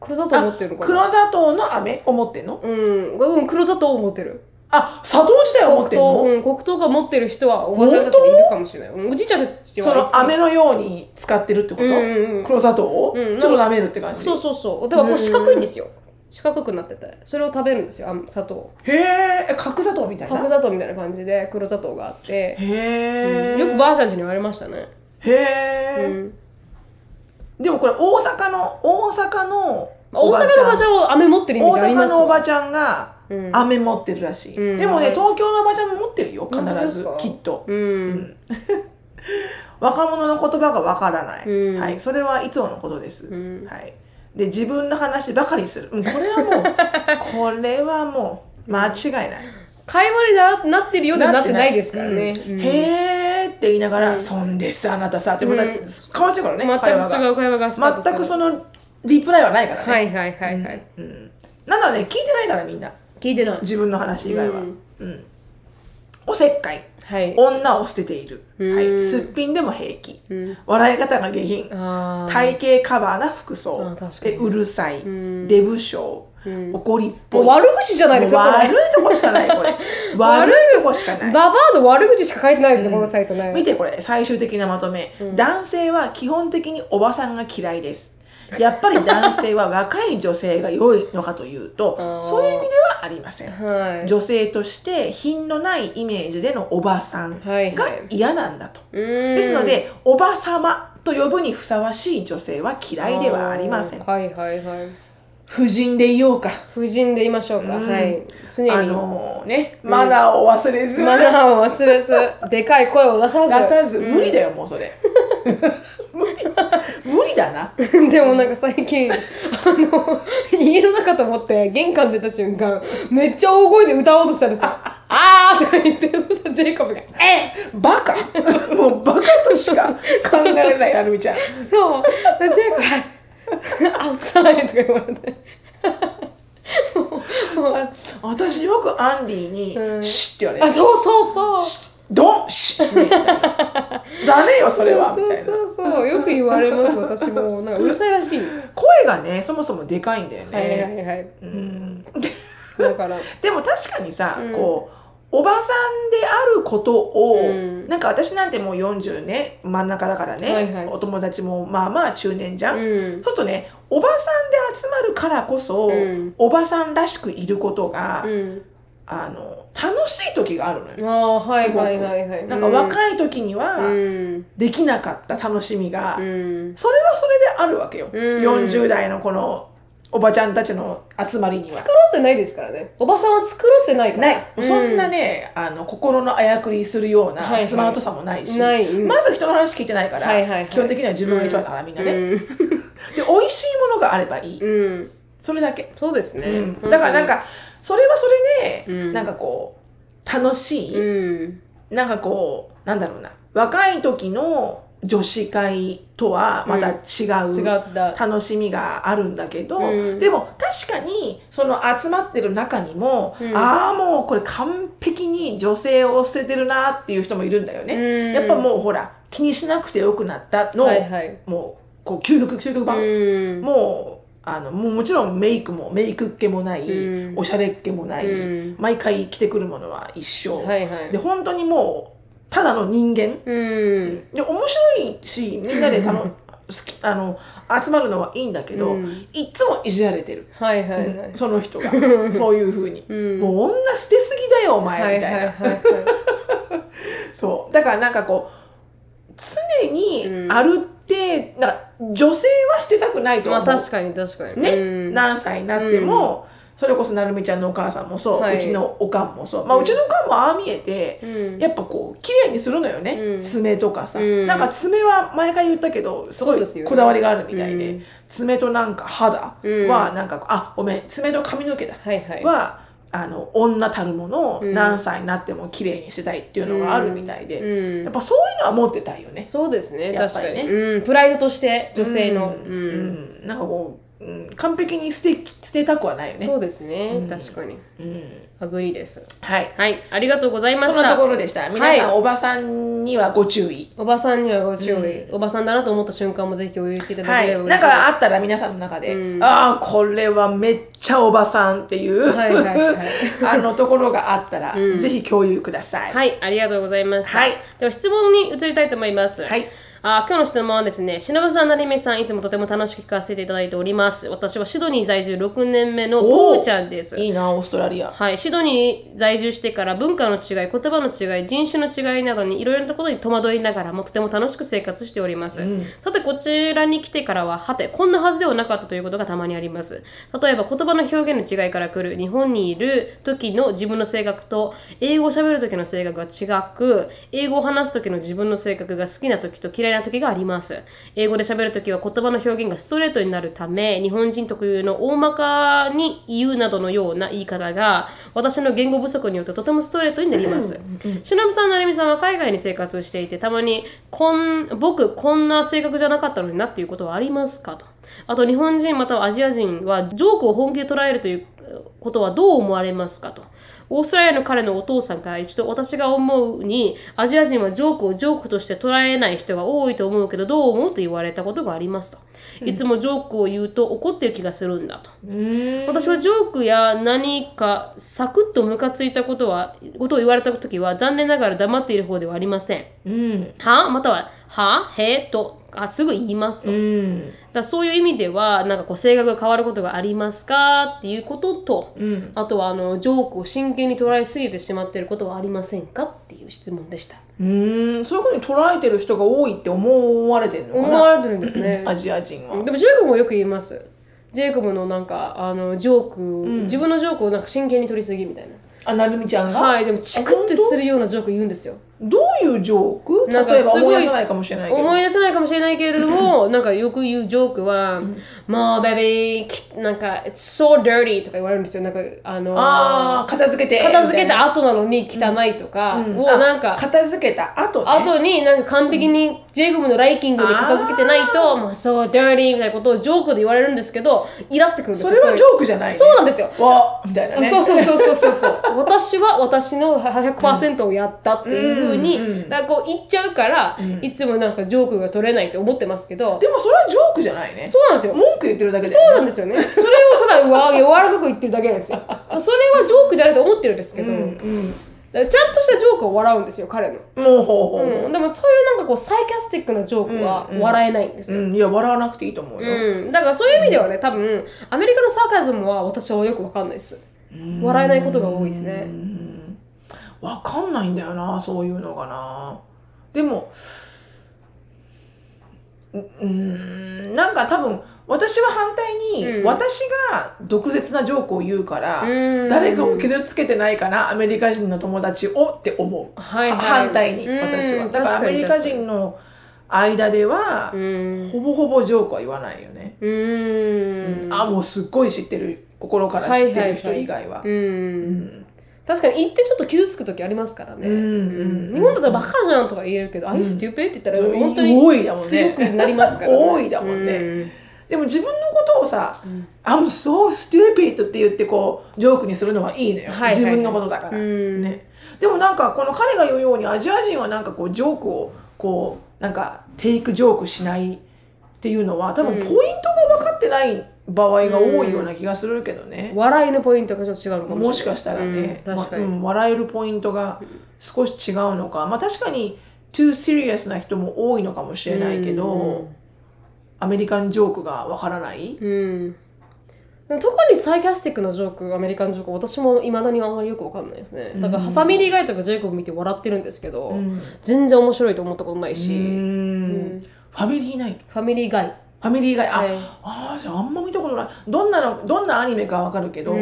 Speaker 1: 黒砂糖持ってるのかな？
Speaker 2: 黒砂糖の飴を持ってんの
Speaker 1: うんうん黒砂糖を持ってる。
Speaker 2: あ砂糖自体を持
Speaker 1: 黒
Speaker 2: ってんの
Speaker 1: 糖、うん、黒糖が持ってる人はおばちゃんたちがいるかもしれない。うんおじいちゃんたちは
Speaker 2: その
Speaker 1: い
Speaker 2: 飴のように使ってるってこと、
Speaker 1: うんうんうん
Speaker 2: 黒砂糖を、
Speaker 1: うん
Speaker 2: ちょっと舐めるって感
Speaker 1: つ
Speaker 2: じ
Speaker 1: もそうそうそう。だからこう四角いんですよ。四角くなってて。それを食べるんですよ、あん砂糖。
Speaker 2: へええ角砂糖みたい
Speaker 1: 角
Speaker 2: な
Speaker 1: 砂糖みたいな感じで黒砂糖があって。
Speaker 2: へえ、
Speaker 1: よくばあちゃんちに言われましたね。
Speaker 2: へえ、
Speaker 1: うん
Speaker 2: でもこれ大阪の大阪の
Speaker 1: まあ大阪のおばちゃんは飴持ってるイメージあ
Speaker 2: 大
Speaker 1: り
Speaker 2: 阪
Speaker 1: ます
Speaker 2: のお
Speaker 1: よ。
Speaker 2: ばちゃんが飴持ってるらしい、
Speaker 1: ん
Speaker 2: でもね
Speaker 1: はい
Speaker 2: 東京のおばちゃんも持ってるよ
Speaker 1: 本当
Speaker 2: 必
Speaker 1: で
Speaker 2: ず
Speaker 1: すか
Speaker 2: きっと
Speaker 1: うん。
Speaker 2: 若者の言葉がわからない、
Speaker 1: うん
Speaker 2: はい、それはいつものことです、
Speaker 1: ん
Speaker 2: はい、で自分の話ばかりする、うん、これは もうこれはもう間違いない
Speaker 1: 会話にななってるようでなってないですからね。
Speaker 2: うん
Speaker 1: うん
Speaker 2: へーって言いながら、そんですあなたさってまた変わっちゃうからね、
Speaker 1: 全く
Speaker 2: 会話が
Speaker 1: 違う会話がしたとする
Speaker 2: 全くそのリプライはないからね、
Speaker 1: はいはいはいはい。
Speaker 2: うん、なんだろうね聞いてないからみんな
Speaker 1: 聞いてない。
Speaker 2: 自分の話以外は、う
Speaker 1: うんん
Speaker 2: おせっかい
Speaker 1: はい。
Speaker 2: 女を捨てている、
Speaker 1: うん
Speaker 2: はい、すっぴんでも平気、
Speaker 1: ん
Speaker 2: 笑い方が下品
Speaker 1: ああ。
Speaker 2: 体型カバーな服装
Speaker 1: あ確か
Speaker 2: で
Speaker 1: に
Speaker 2: うるさいデブ症怒りっ
Speaker 1: も
Speaker 2: ぽ
Speaker 1: う
Speaker 2: い
Speaker 1: 悪口じゃないですか、こ
Speaker 2: 悪
Speaker 1: れ。
Speaker 2: いとこしかないこれ悪いとこしかない
Speaker 1: ババアの悪口しか書いてないですね、このサイトね。
Speaker 2: 見てこれ最終的なまとめ、男性は基本的におばさんが嫌いですやっぱり男性は若い女性が良いのかというと
Speaker 1: あー
Speaker 2: そういう意味でははありません。
Speaker 1: はい
Speaker 2: 女性として品のないイメージでのおばさんが
Speaker 1: はいはい
Speaker 2: 嫌なんだと。
Speaker 1: で
Speaker 2: ですので、おばさまと呼ぶにふさわしい女性は嫌いではありません。
Speaker 1: はいはいはい
Speaker 2: 婦人でいようか。
Speaker 1: 夫人で言いましょうか、
Speaker 2: うん
Speaker 1: はい常
Speaker 2: あ
Speaker 1: に
Speaker 2: のね、マナーを忘れず、
Speaker 1: マナーを忘れずでかい声を出さ
Speaker 2: 出
Speaker 1: ず
Speaker 2: さず、無理だよ、もうそ れ。無理無理だな。
Speaker 1: でもなんか最近あの家の中と思って玄関出た瞬間めっちゃ大声で歌おうとしたんですよ 「あー!」とか言ってそしたらジェイコブが「え
Speaker 2: バカ もうバカと しか考えられない、はるみちゃん。
Speaker 1: っ!」そうでジェイコブはい「 アウトサイ」とか言われて
Speaker 2: あ私よくアンディに、
Speaker 1: うん
Speaker 2: シッって言われ
Speaker 1: あ
Speaker 2: る。
Speaker 1: そうそうそう
Speaker 2: ドンシッシッみたいなダメよ、それは。み
Speaker 1: そう
Speaker 2: たいな。
Speaker 1: そうそうよく言われます私もなんかうるさいら しい
Speaker 2: 声がね、そもそもでかいんだよね。
Speaker 1: はいはいはい
Speaker 2: うん
Speaker 1: だから
Speaker 2: でも確かにさ、
Speaker 1: うん
Speaker 2: こうおばさんであることを、
Speaker 1: うん
Speaker 2: なんか私なんてもう40ね真ん中だからね、
Speaker 1: はいはい
Speaker 2: お友達もまあまあ中年じゃん、
Speaker 1: うん
Speaker 2: そうするとねおばさんで集まるからこそ、
Speaker 1: うん
Speaker 2: おばさんらしくいることが、
Speaker 1: うん
Speaker 2: あの楽しい時があるのよ、
Speaker 1: ああはい
Speaker 2: すごく
Speaker 1: はいはいはい
Speaker 2: なんか
Speaker 1: い
Speaker 2: 若い時には
Speaker 1: うん
Speaker 2: できなかった楽しみが、
Speaker 1: うん
Speaker 2: それはそれであるわけよ、
Speaker 1: うん
Speaker 2: 40代のこのおばちゃんたちの集まりには
Speaker 1: 作ろうってないですからねおばさんは作ろうってないから
Speaker 2: ない、そんなねあの心のあやくりするよう
Speaker 1: はいは
Speaker 2: ないスマートさもないし、
Speaker 1: ないうん
Speaker 2: まず人の話聞いてないから、
Speaker 1: はいはいはい
Speaker 2: 基本的には自分が一番だから、みんなね、で
Speaker 1: うん
Speaker 2: 美味しいものがあればいい、
Speaker 1: うん、
Speaker 2: それだけ、
Speaker 1: そうですね。
Speaker 2: うんだからなんかそれはそれで、
Speaker 1: うん
Speaker 2: なんかこう楽し
Speaker 1: う
Speaker 2: い、
Speaker 1: ん、
Speaker 2: なんかこうなんだろうな若い時の女子会とはまた違う、
Speaker 1: 違った。
Speaker 2: 楽しみがあるんだけど、
Speaker 1: うん
Speaker 2: でも確かにその集まってる中にも、
Speaker 1: うん
Speaker 2: ああもうこれ完璧に女性を捨ててるなっていう人もいるんだよね、
Speaker 1: うん
Speaker 2: やっぱもうほら気にしなくてよくなったの、
Speaker 1: はいはい。
Speaker 2: もうこう究極究極版、
Speaker 1: うん、
Speaker 2: もうあのもうもちろんメイクもメイクっ気もない、
Speaker 1: うん
Speaker 2: おしゃれっ気もない、
Speaker 1: うん
Speaker 2: 毎回着てくるものは一緒、
Speaker 1: はいはい
Speaker 2: で。本当にもうただの人間、
Speaker 1: うん、
Speaker 2: で面白いしみんなで 楽好きあの集まるのはいいんだけど、
Speaker 1: うん
Speaker 2: いっつもいじられてる、
Speaker 1: はいはいはい。
Speaker 2: その 人がそういうふうに、
Speaker 1: うん
Speaker 2: もう女捨てすぎだよお前、
Speaker 1: はい
Speaker 2: みた
Speaker 1: はいいは
Speaker 2: な
Speaker 1: い。
Speaker 2: そうだからなんかこう常にあるって、なんか女性は捨てたくないと
Speaker 1: ま
Speaker 2: 思う、
Speaker 1: あ確かに確かに。
Speaker 2: ね、
Speaker 1: うん、
Speaker 2: 何歳になっても、それこそなるみちゃんのお母さんもそう、
Speaker 1: はいう
Speaker 2: ちのおかんもそう、まあ、うちのおかんもああ見えて、
Speaker 1: うん
Speaker 2: やっぱこう綺麗にするのよね、
Speaker 1: うん
Speaker 2: 爪とかさ、
Speaker 1: うん
Speaker 2: なんか爪は毎回言ったけどすご
Speaker 1: そう
Speaker 2: い
Speaker 1: ですよね
Speaker 2: こだわりがあるみたいで、
Speaker 1: うん
Speaker 2: 爪となんか肌
Speaker 1: うん
Speaker 2: はなんか、あごめん爪と髪の毛だ
Speaker 1: はいはい。
Speaker 2: はあの女たるものを
Speaker 1: うん
Speaker 2: 何歳になっても綺麗にしてたいっていうのがあるみたいで、
Speaker 1: うん
Speaker 2: やっぱそういうのは持ってたいよね。
Speaker 1: そうですね、
Speaker 2: やっ
Speaker 1: 確
Speaker 2: ぱ
Speaker 1: か
Speaker 2: りね
Speaker 1: に。うん、プライドとして女性の。
Speaker 2: う
Speaker 1: うん
Speaker 2: ん、うんなんかこう、うん、完璧に捨て捨てたくはないよね。
Speaker 1: そうですね、確かに。
Speaker 2: うん、
Speaker 1: アグリーです。
Speaker 2: はい
Speaker 1: はい、ありがとうございまし
Speaker 2: そ
Speaker 1: た。
Speaker 2: んなところでした。皆さん、
Speaker 1: はい
Speaker 2: おばさんにはご注意。
Speaker 1: おばさんにはご注意、おばさんだなと思った瞬間もぜひ共有していただ
Speaker 2: は
Speaker 1: けれ
Speaker 2: い
Speaker 1: ば、嬉
Speaker 2: な
Speaker 1: し
Speaker 2: ん
Speaker 1: いです。
Speaker 2: かあったら皆さんの中で、
Speaker 1: う
Speaker 2: ああこれはめっちゃおばさんっていう、
Speaker 1: はいはいは
Speaker 2: あのところがあったら、ぜひ共有ください。
Speaker 1: はい、ありがとうございました。
Speaker 2: はい
Speaker 1: では質問に移りたいと思います。
Speaker 2: はい
Speaker 1: あー今日の質問はですね、しのぶさん、なりめさん、いつもとても楽しく聞かせていただいております。私はシドニー在住6年目の
Speaker 2: おー
Speaker 1: ぷーちゃんです。
Speaker 2: いいなオーストラリア。
Speaker 1: はい、シドニー在住してから文化の違い、言葉の違い、人種の違いなどにいろいろなことに戸惑いながらもとても楽しく生活しております。さて、こちらに来てからは、はて、こんなはずではなかったということがたまにあります。例えば、言葉の表現の違いから来る、日本にいる時の自分の性格と、英語を喋る時の性格が違く、英語を話す時の自分の性格が好きな時と嫌いな時があります。英語で喋る時は言葉の表現がストレートになるため、日本人特有の大まかに言うなどのような言い方が、私の言語不足によってとてもストレートになります。しのぶさん、なるみさんは海外に生活をしていて、たまに、こん、僕、こんな性格じゃなかったのになっていうことはありますかと。あと、日本人またはアジア人は、ジョークを本気で捉えるということはどう思われますかと。オーストラリアの彼のお父さんから一度私が思うにアジア人はジョークをジョークとして捉えない人が多いと思うけどどう思うと言われたことがありますといつもジョークを言うと怒ってる気がするんだと私はジョークや何かサクッとムカついたことはことを言われた時は残念ながら黙っている方ではありません
Speaker 2: うん、
Speaker 1: はまたははへとあすぐ言いますと。
Speaker 2: う
Speaker 1: だか
Speaker 2: ん
Speaker 1: らそういう意味では、なんかこう性格が変わることがありますかっていうことと、
Speaker 2: うん
Speaker 1: あとはあのジョークを真剣に捉えすぎてしまっていることはありませんかっていう質問でした。
Speaker 2: うーんそういうふうに捉えてる人が多いって思われてるのか
Speaker 1: 思
Speaker 2: な
Speaker 1: われてるんですね。
Speaker 2: アジア人は。
Speaker 1: でもジェイコブもよく言います。ジェイコブのなんかあのジョーク、自分のジョークをなんか真剣に取りすぎみたいな。
Speaker 2: あなるみちゃんが、
Speaker 1: はい、でもチクってするようなジョーク言うんですよ。
Speaker 2: どういうジョーク
Speaker 1: なんか
Speaker 2: 例えば
Speaker 1: すご
Speaker 2: 思
Speaker 1: い
Speaker 2: い出さないかもしれないけど
Speaker 1: 思い出せないかもしれないけれども、なんかよく言うジョークは、もうベビー、きなんか、it's so dirty とか言われるんですよ。なんか、あの、
Speaker 2: ああ片付けて
Speaker 1: 片付け
Speaker 2: みいな
Speaker 1: た後なのに汚いとか、もう
Speaker 2: あ
Speaker 1: なんか、
Speaker 2: 片付けた後ね
Speaker 1: 後になんか完璧にジェイコブのライキングで片付けてないと、もう so dirty みたいなことをジョークで言われるんですけど、イラってくるんです
Speaker 2: そ
Speaker 1: よ。
Speaker 2: れはジ
Speaker 1: ョ
Speaker 2: ョークじゃない、ね、
Speaker 1: そうなんですよ。
Speaker 2: わーみたいなね
Speaker 1: そうそうそうそうそう そう私は私の100%をやったっていうふうに、だからこう言っちゃうから、いつもなんかジョークが取れないと思ってますけど
Speaker 2: でもそれはジョークじゃないね
Speaker 1: そうなんですよ
Speaker 2: 文句言ってるだけで
Speaker 1: そうなんですよねそれをただうわ柔らかく言ってるだけなんですよそれはジョークじゃないと思ってるんですけど、
Speaker 2: うん
Speaker 1: だからちゃんとしたジョークを笑うんですよ彼の、
Speaker 2: もうほうほうほう、
Speaker 1: うん、でもそういうなんかこうサイキャスティックなジョークは笑えないんですよ、
Speaker 2: うん、いや笑わなくていいと思うよ、
Speaker 1: うん、だからそういう意味ではね多分アメリカのサーカズムは私はよくわかんないです笑えないことが多いですね、
Speaker 2: わかんないんだよなそういうのがなでもううーんなんか多分私は反対
Speaker 1: う
Speaker 2: に、
Speaker 1: ん
Speaker 2: 私が毒舌なジョークを言うから、
Speaker 1: うん
Speaker 2: 誰かを傷つけてないかなアメリカ人の友達をって思う、
Speaker 1: はいはい
Speaker 2: 反対に
Speaker 1: うん
Speaker 2: 私はだ
Speaker 1: 確
Speaker 2: からア
Speaker 1: か
Speaker 2: メ
Speaker 1: に
Speaker 2: リカ人の間では、
Speaker 1: うん
Speaker 2: ほぼほぼジョークは言わないよね、
Speaker 1: うーん。
Speaker 2: あもうすっごい知ってる心から知ってる人以外は
Speaker 1: う、ん。確かに言ってちょっと傷つく時ありますからね。
Speaker 2: うん
Speaker 1: うん日本だったらバカじゃんとか言えるけど、あい you stupid って言ったら本当に
Speaker 2: 多いだもんね
Speaker 1: 強くなりますからね。
Speaker 2: 多いだもんね
Speaker 1: うん
Speaker 2: でも自分のことをさ「I'm so stupid」って言ってこうジョークにするのはいいのよ、
Speaker 1: はいはい
Speaker 2: 自分のことだから、
Speaker 1: うん
Speaker 2: ね、でもなんかこの彼が言うようにアジア人はなんかこうジョークをこうなんかテイクジョークしないっていうのは多分ポイントが分かってない場合が多いような気がするけどね、
Speaker 1: 笑いのポイントがちょっと違うのかもしれない。
Speaker 2: もしかしたらね、
Speaker 1: うん
Speaker 2: ま
Speaker 1: 確かに
Speaker 2: うん笑えるポイントが少し違うのか、まあ、確かに too serious な人も多いのかもしれないけど、アメリカンジョークがわからない、
Speaker 1: うん。でも特にサイキャスティックなジョーク、アメリカンジョーク、私もいまだにあんまりよくわかんないですね。だから、ファミリーガイとかジェイコブ見て笑ってるんですけど、全然面白いと思ったことないし、
Speaker 2: うんファミリーナイト
Speaker 1: ファミリーガイ。
Speaker 2: ファミリー以外あ、
Speaker 1: はい
Speaker 2: あーじゃああんま見たことないどんなのどんなアニメかわかるけど、あ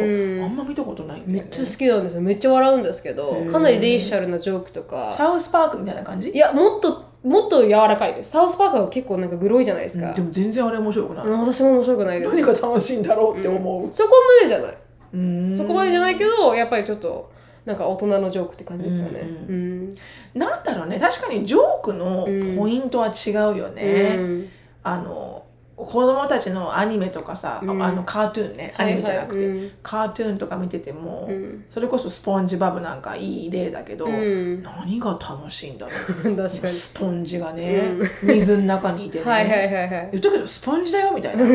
Speaker 2: んま見たことないんだよね
Speaker 1: めっちゃ好きなんですよめっちゃ笑うんですけどかなりレイシャルなジョークとか
Speaker 2: サウスパークみたいな感じ
Speaker 1: いやもっともっと柔らかいですサウスパークは結構なんかグロいじゃないですか
Speaker 2: で、も全然あれ面白くない、
Speaker 1: うん私も面白くないです
Speaker 2: 何が楽しいんだろうって思う、
Speaker 1: そこまでじゃない
Speaker 2: うん
Speaker 1: そこまでじゃないけどやっぱりちょっとなんか大人のジョークって感じですかねうん、
Speaker 2: なんだろうね確かにジョークのポイントは違うよね、
Speaker 1: うん
Speaker 2: あの子供たちのアニメとかさ、ああのカートゥーンねアニメじゃなく
Speaker 1: は
Speaker 2: て、
Speaker 1: いはいうん
Speaker 2: カートゥーンとか見てても、それこそスポンジバブなんかいい例だけど、
Speaker 1: ん
Speaker 2: 何が楽しいんだろ
Speaker 1: 確か
Speaker 2: う
Speaker 1: に
Speaker 2: スポンジがね、水の中にいて ね
Speaker 1: はいはいはいはい
Speaker 2: 言ったけどスポンジだよみたいな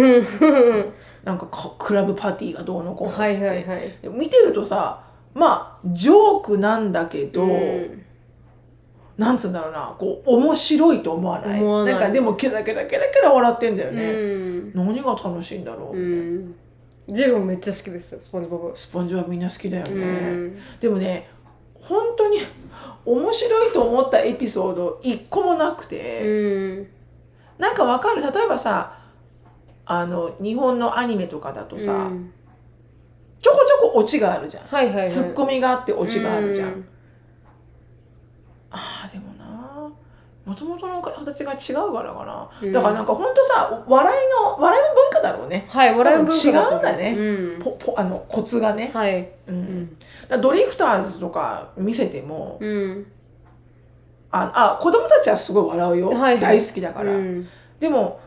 Speaker 2: なんかかクラブパーティーがどうのこうのっつって、
Speaker 1: はいはいはい
Speaker 2: で見てるとさまあジョークなんだけど、
Speaker 1: うん
Speaker 2: なんつうんだろうなこう面白いと思わない
Speaker 1: 思わない
Speaker 2: んかでもケラケラケラケラ笑ってんだよ
Speaker 1: う
Speaker 2: ね、
Speaker 1: ん
Speaker 2: 何が楽しいんだろ
Speaker 1: う
Speaker 2: う、
Speaker 1: んジェイコブめっちゃ好きですよスポンジボブ
Speaker 2: スポンジはみんな好きだよね、
Speaker 1: うん
Speaker 2: でもね本当に 面白いと思ったエピソード一個もなく
Speaker 1: う
Speaker 2: て、
Speaker 1: ん
Speaker 2: なんかわかる例えばさあの日本のアニメとかだとさ、
Speaker 1: うん
Speaker 2: ちょこちょこオチがあるじゃん
Speaker 1: はいはいはい
Speaker 2: ツッコミがあってオチがあるじゃん、
Speaker 1: うん
Speaker 2: ああでもなもともとの形が違うからかな、だからなんかほんとさ笑いの笑いの文化だろうね
Speaker 1: はい笑い文化と思
Speaker 2: 多分違うんだね
Speaker 1: う
Speaker 2: ポポあのコツがね、
Speaker 1: んはい
Speaker 2: うんだからドリフターズとか見せても、
Speaker 1: うん
Speaker 2: ああ子供たちはすごい笑うよ、
Speaker 1: はいはい
Speaker 2: 大好きだから、
Speaker 1: うん
Speaker 2: でも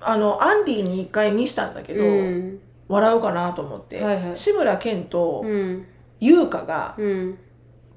Speaker 2: あのアンディに一回見したんだけど、
Speaker 1: うん
Speaker 2: 笑うかなと思って、
Speaker 1: はいはい
Speaker 2: 志村けんと
Speaker 1: うん
Speaker 2: 優香が、
Speaker 1: うん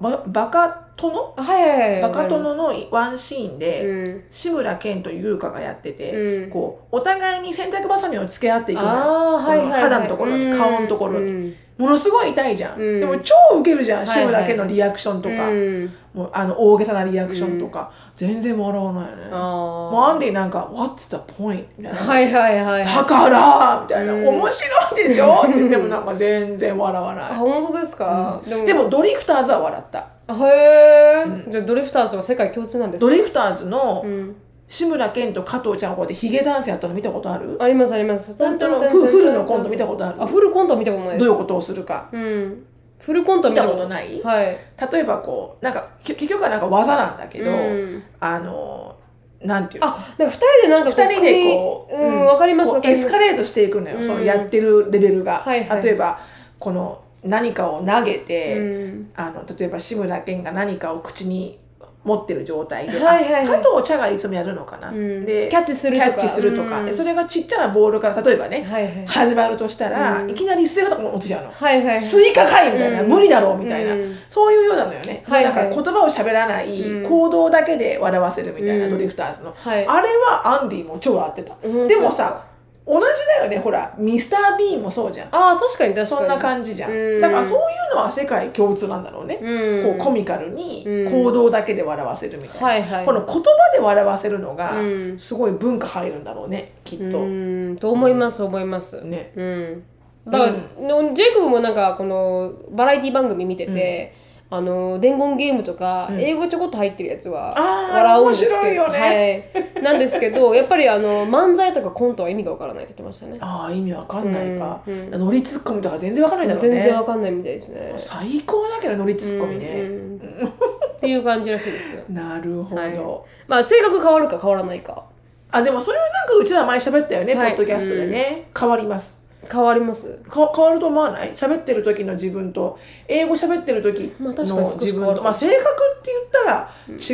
Speaker 2: ばバカ殿
Speaker 1: あはいはいはい
Speaker 2: バカ殿のワンシーンで、
Speaker 1: うん
Speaker 2: 志村けんと優香がやってて、
Speaker 1: うん
Speaker 2: こうお互いに洗濯ばさみをつけ合っていくのよ
Speaker 1: ああーはい
Speaker 2: こ
Speaker 1: は
Speaker 2: の
Speaker 1: いはい
Speaker 2: 肌のところに、
Speaker 1: うん
Speaker 2: 顔のところに、
Speaker 1: うん
Speaker 2: ものすごい痛いじゃん、
Speaker 1: うん
Speaker 2: でも超ウケるじゃ
Speaker 1: は
Speaker 2: ん
Speaker 1: いはい
Speaker 2: シムだけのリアクションとか、
Speaker 1: うん
Speaker 2: もうあの大げさなリアクションとか、全然笑わないよね
Speaker 1: あ
Speaker 2: もうアンディなんか「What's the point?」みたい
Speaker 1: ー
Speaker 2: な
Speaker 1: はいはいはい
Speaker 2: だからみたいな、
Speaker 1: うん
Speaker 2: 面白いでしょって言ってもなんか全然笑わ
Speaker 1: あ
Speaker 2: な
Speaker 1: 本当ですか、
Speaker 2: い。でもドリフターズは笑った。
Speaker 1: へえ、じゃあドリフターズは世界共通なんです
Speaker 2: ド
Speaker 1: か
Speaker 2: リフターズの
Speaker 1: うん、
Speaker 2: 志村けんと加藤ちゃんがこうやってヒゲダンスやったの見たことある
Speaker 1: ありますあります
Speaker 2: 本当のフフルのコント見たことある
Speaker 1: あフルコントは見たことないで
Speaker 2: どう
Speaker 1: す
Speaker 2: いうことをするか。
Speaker 1: うんフルコントは
Speaker 2: 見たことないい
Speaker 1: はい
Speaker 2: 例えばこう、なんかき結局はなんか技なんだけど、
Speaker 1: うん
Speaker 2: あの、なんていうの
Speaker 1: あなんか二人でなんか
Speaker 2: 二人でこう、
Speaker 1: 国うんわかります
Speaker 2: こ
Speaker 1: わ
Speaker 2: う
Speaker 1: かり
Speaker 2: エ
Speaker 1: ます
Speaker 2: スカレートしていくのよ、
Speaker 1: うん
Speaker 2: そのやってるレベルが。
Speaker 1: はいはい
Speaker 2: 例えば、この何かを投げて、
Speaker 1: うん
Speaker 2: あの例えば志村けんが何かを口に持ってる状態で、
Speaker 1: はいはいはい
Speaker 2: あ加藤茶がいつもやるのかな、
Speaker 1: うん
Speaker 2: で
Speaker 1: キャッチするとか
Speaker 2: キャッチするとか
Speaker 1: うん
Speaker 2: でそれがちっちゃなボールから例えばね、
Speaker 1: はいはい
Speaker 2: 始まるとしたら、
Speaker 1: うん
Speaker 2: いきなりスイカとか持ってきちゃうの、
Speaker 1: はいはい
Speaker 2: スイカかいみたいな、
Speaker 1: うん
Speaker 2: 無理だろうみたいな、
Speaker 1: うん
Speaker 2: そういうようなのよね、
Speaker 1: はいはい
Speaker 2: なんか言葉を喋らない、
Speaker 1: うん
Speaker 2: 行動だけで笑わせるみたいな、
Speaker 1: うん
Speaker 2: ドリフターズの、
Speaker 1: はい
Speaker 2: あれはアンディも超笑ってた、
Speaker 1: うん
Speaker 2: でもさ同じだよねほらミスター・ビーンもそうじゃん
Speaker 1: あー確かに確かに
Speaker 2: そんな感じじゃん、
Speaker 1: うん
Speaker 2: だからそういうのは世界共通なんだろうね、
Speaker 1: うん
Speaker 2: こうコミカルに
Speaker 1: うん
Speaker 2: 行動だけで笑わせるみたいな、
Speaker 1: はいはい
Speaker 2: この言葉で笑わせるのが
Speaker 1: うん
Speaker 2: すごい文化入るんだろうねきっと、
Speaker 1: うんと思います思います
Speaker 2: ね
Speaker 1: うんだから、ジェイコブもなんかこのバラエティ番組見てて、あの伝言ゲームとか、英語ちょこっと入ってるやつは
Speaker 2: あー
Speaker 1: 笑うんですけど
Speaker 2: 面白いよね
Speaker 1: はい、なんですけどやっぱりあの漫才とかコントは意味がわからないって言ってましたね
Speaker 2: ああ意味わかんないか、
Speaker 1: うんうん
Speaker 2: ノリツッコミとか全然わかんないだろうね
Speaker 1: 全然わかんないみたいですね
Speaker 2: 最高だけどノリツッコミね、
Speaker 1: うんうんっていう感じらしいですよ、
Speaker 2: なるほど、
Speaker 1: はい、まあ性格変わるか変わらないか
Speaker 2: あでもそれはなんかうちら前喋ったよね、
Speaker 1: はい
Speaker 2: ポッドキャストでね、変わります
Speaker 1: 変わります
Speaker 2: か変わると思わない喋ってる時の自分と英語喋ってる時
Speaker 1: まあ
Speaker 2: の
Speaker 1: 確かに少し
Speaker 2: 自
Speaker 1: 変わるか
Speaker 2: 分と、
Speaker 1: も
Speaker 2: まあ、性格って言っ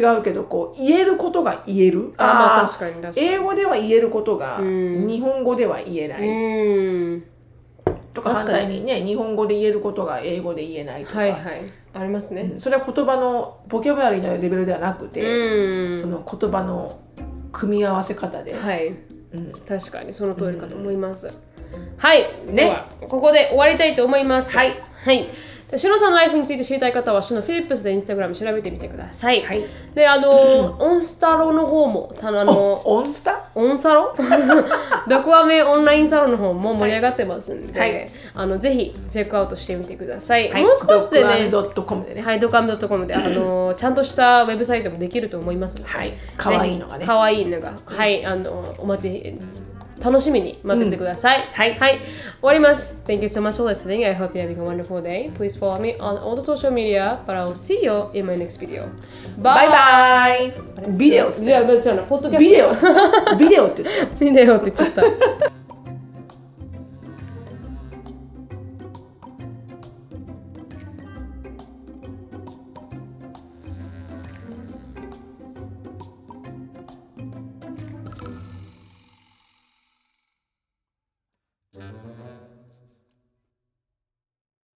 Speaker 2: たら違うけど、こう言えることが言える
Speaker 1: あまあ
Speaker 2: ー
Speaker 1: 確かに確かに
Speaker 2: 英語では言えることが
Speaker 1: うん
Speaker 2: 日本語では言えない、
Speaker 1: うん
Speaker 2: とか反
Speaker 1: 確かに
Speaker 2: 対にね日本語で言えることが英語で言えないとか、
Speaker 1: はいはいありますね
Speaker 2: それは言葉のボキャブラリーのレベルではなくて、
Speaker 1: うん
Speaker 2: その言葉の組み合わせ方で、
Speaker 1: はい
Speaker 2: うん
Speaker 1: 確かにその通りかと思います。はい、
Speaker 2: ね
Speaker 1: ではここで終わりたいと思います。
Speaker 2: はい、
Speaker 1: はい。でシノさんのライフについて知りたい方は、シノフィリップスでインスタグラム調べてみてください。
Speaker 2: はい
Speaker 1: で、あの、オンスタロの方も、たあの、
Speaker 2: おオンスタ
Speaker 1: オンサロ ドクアメオンラインサロンの方も盛り上がってますんで、
Speaker 2: はい
Speaker 1: あのぜひチェックアウトしてみてください。
Speaker 2: はい
Speaker 1: もう少しでね、
Speaker 2: ドットコムでね
Speaker 1: はい、ドクアメ .com で、あの、ちゃんとしたウェブサイトもできると思いますので、
Speaker 2: はい可愛、いのがね
Speaker 1: 可愛いのが。はい、あの、お待ち、楽しみに待っててください。
Speaker 2: はい
Speaker 1: はい、終わります。Thank you so much for listening. I hope you're having a wonderful day. Please follow me on all the social media, but I'll see you in my next video.
Speaker 2: バイ
Speaker 1: Bye!
Speaker 2: バイビデオっつって
Speaker 1: じゃあ、別にポッドキャスト。
Speaker 2: ビデオビデオって言って
Speaker 1: ビデオって言っちゃった。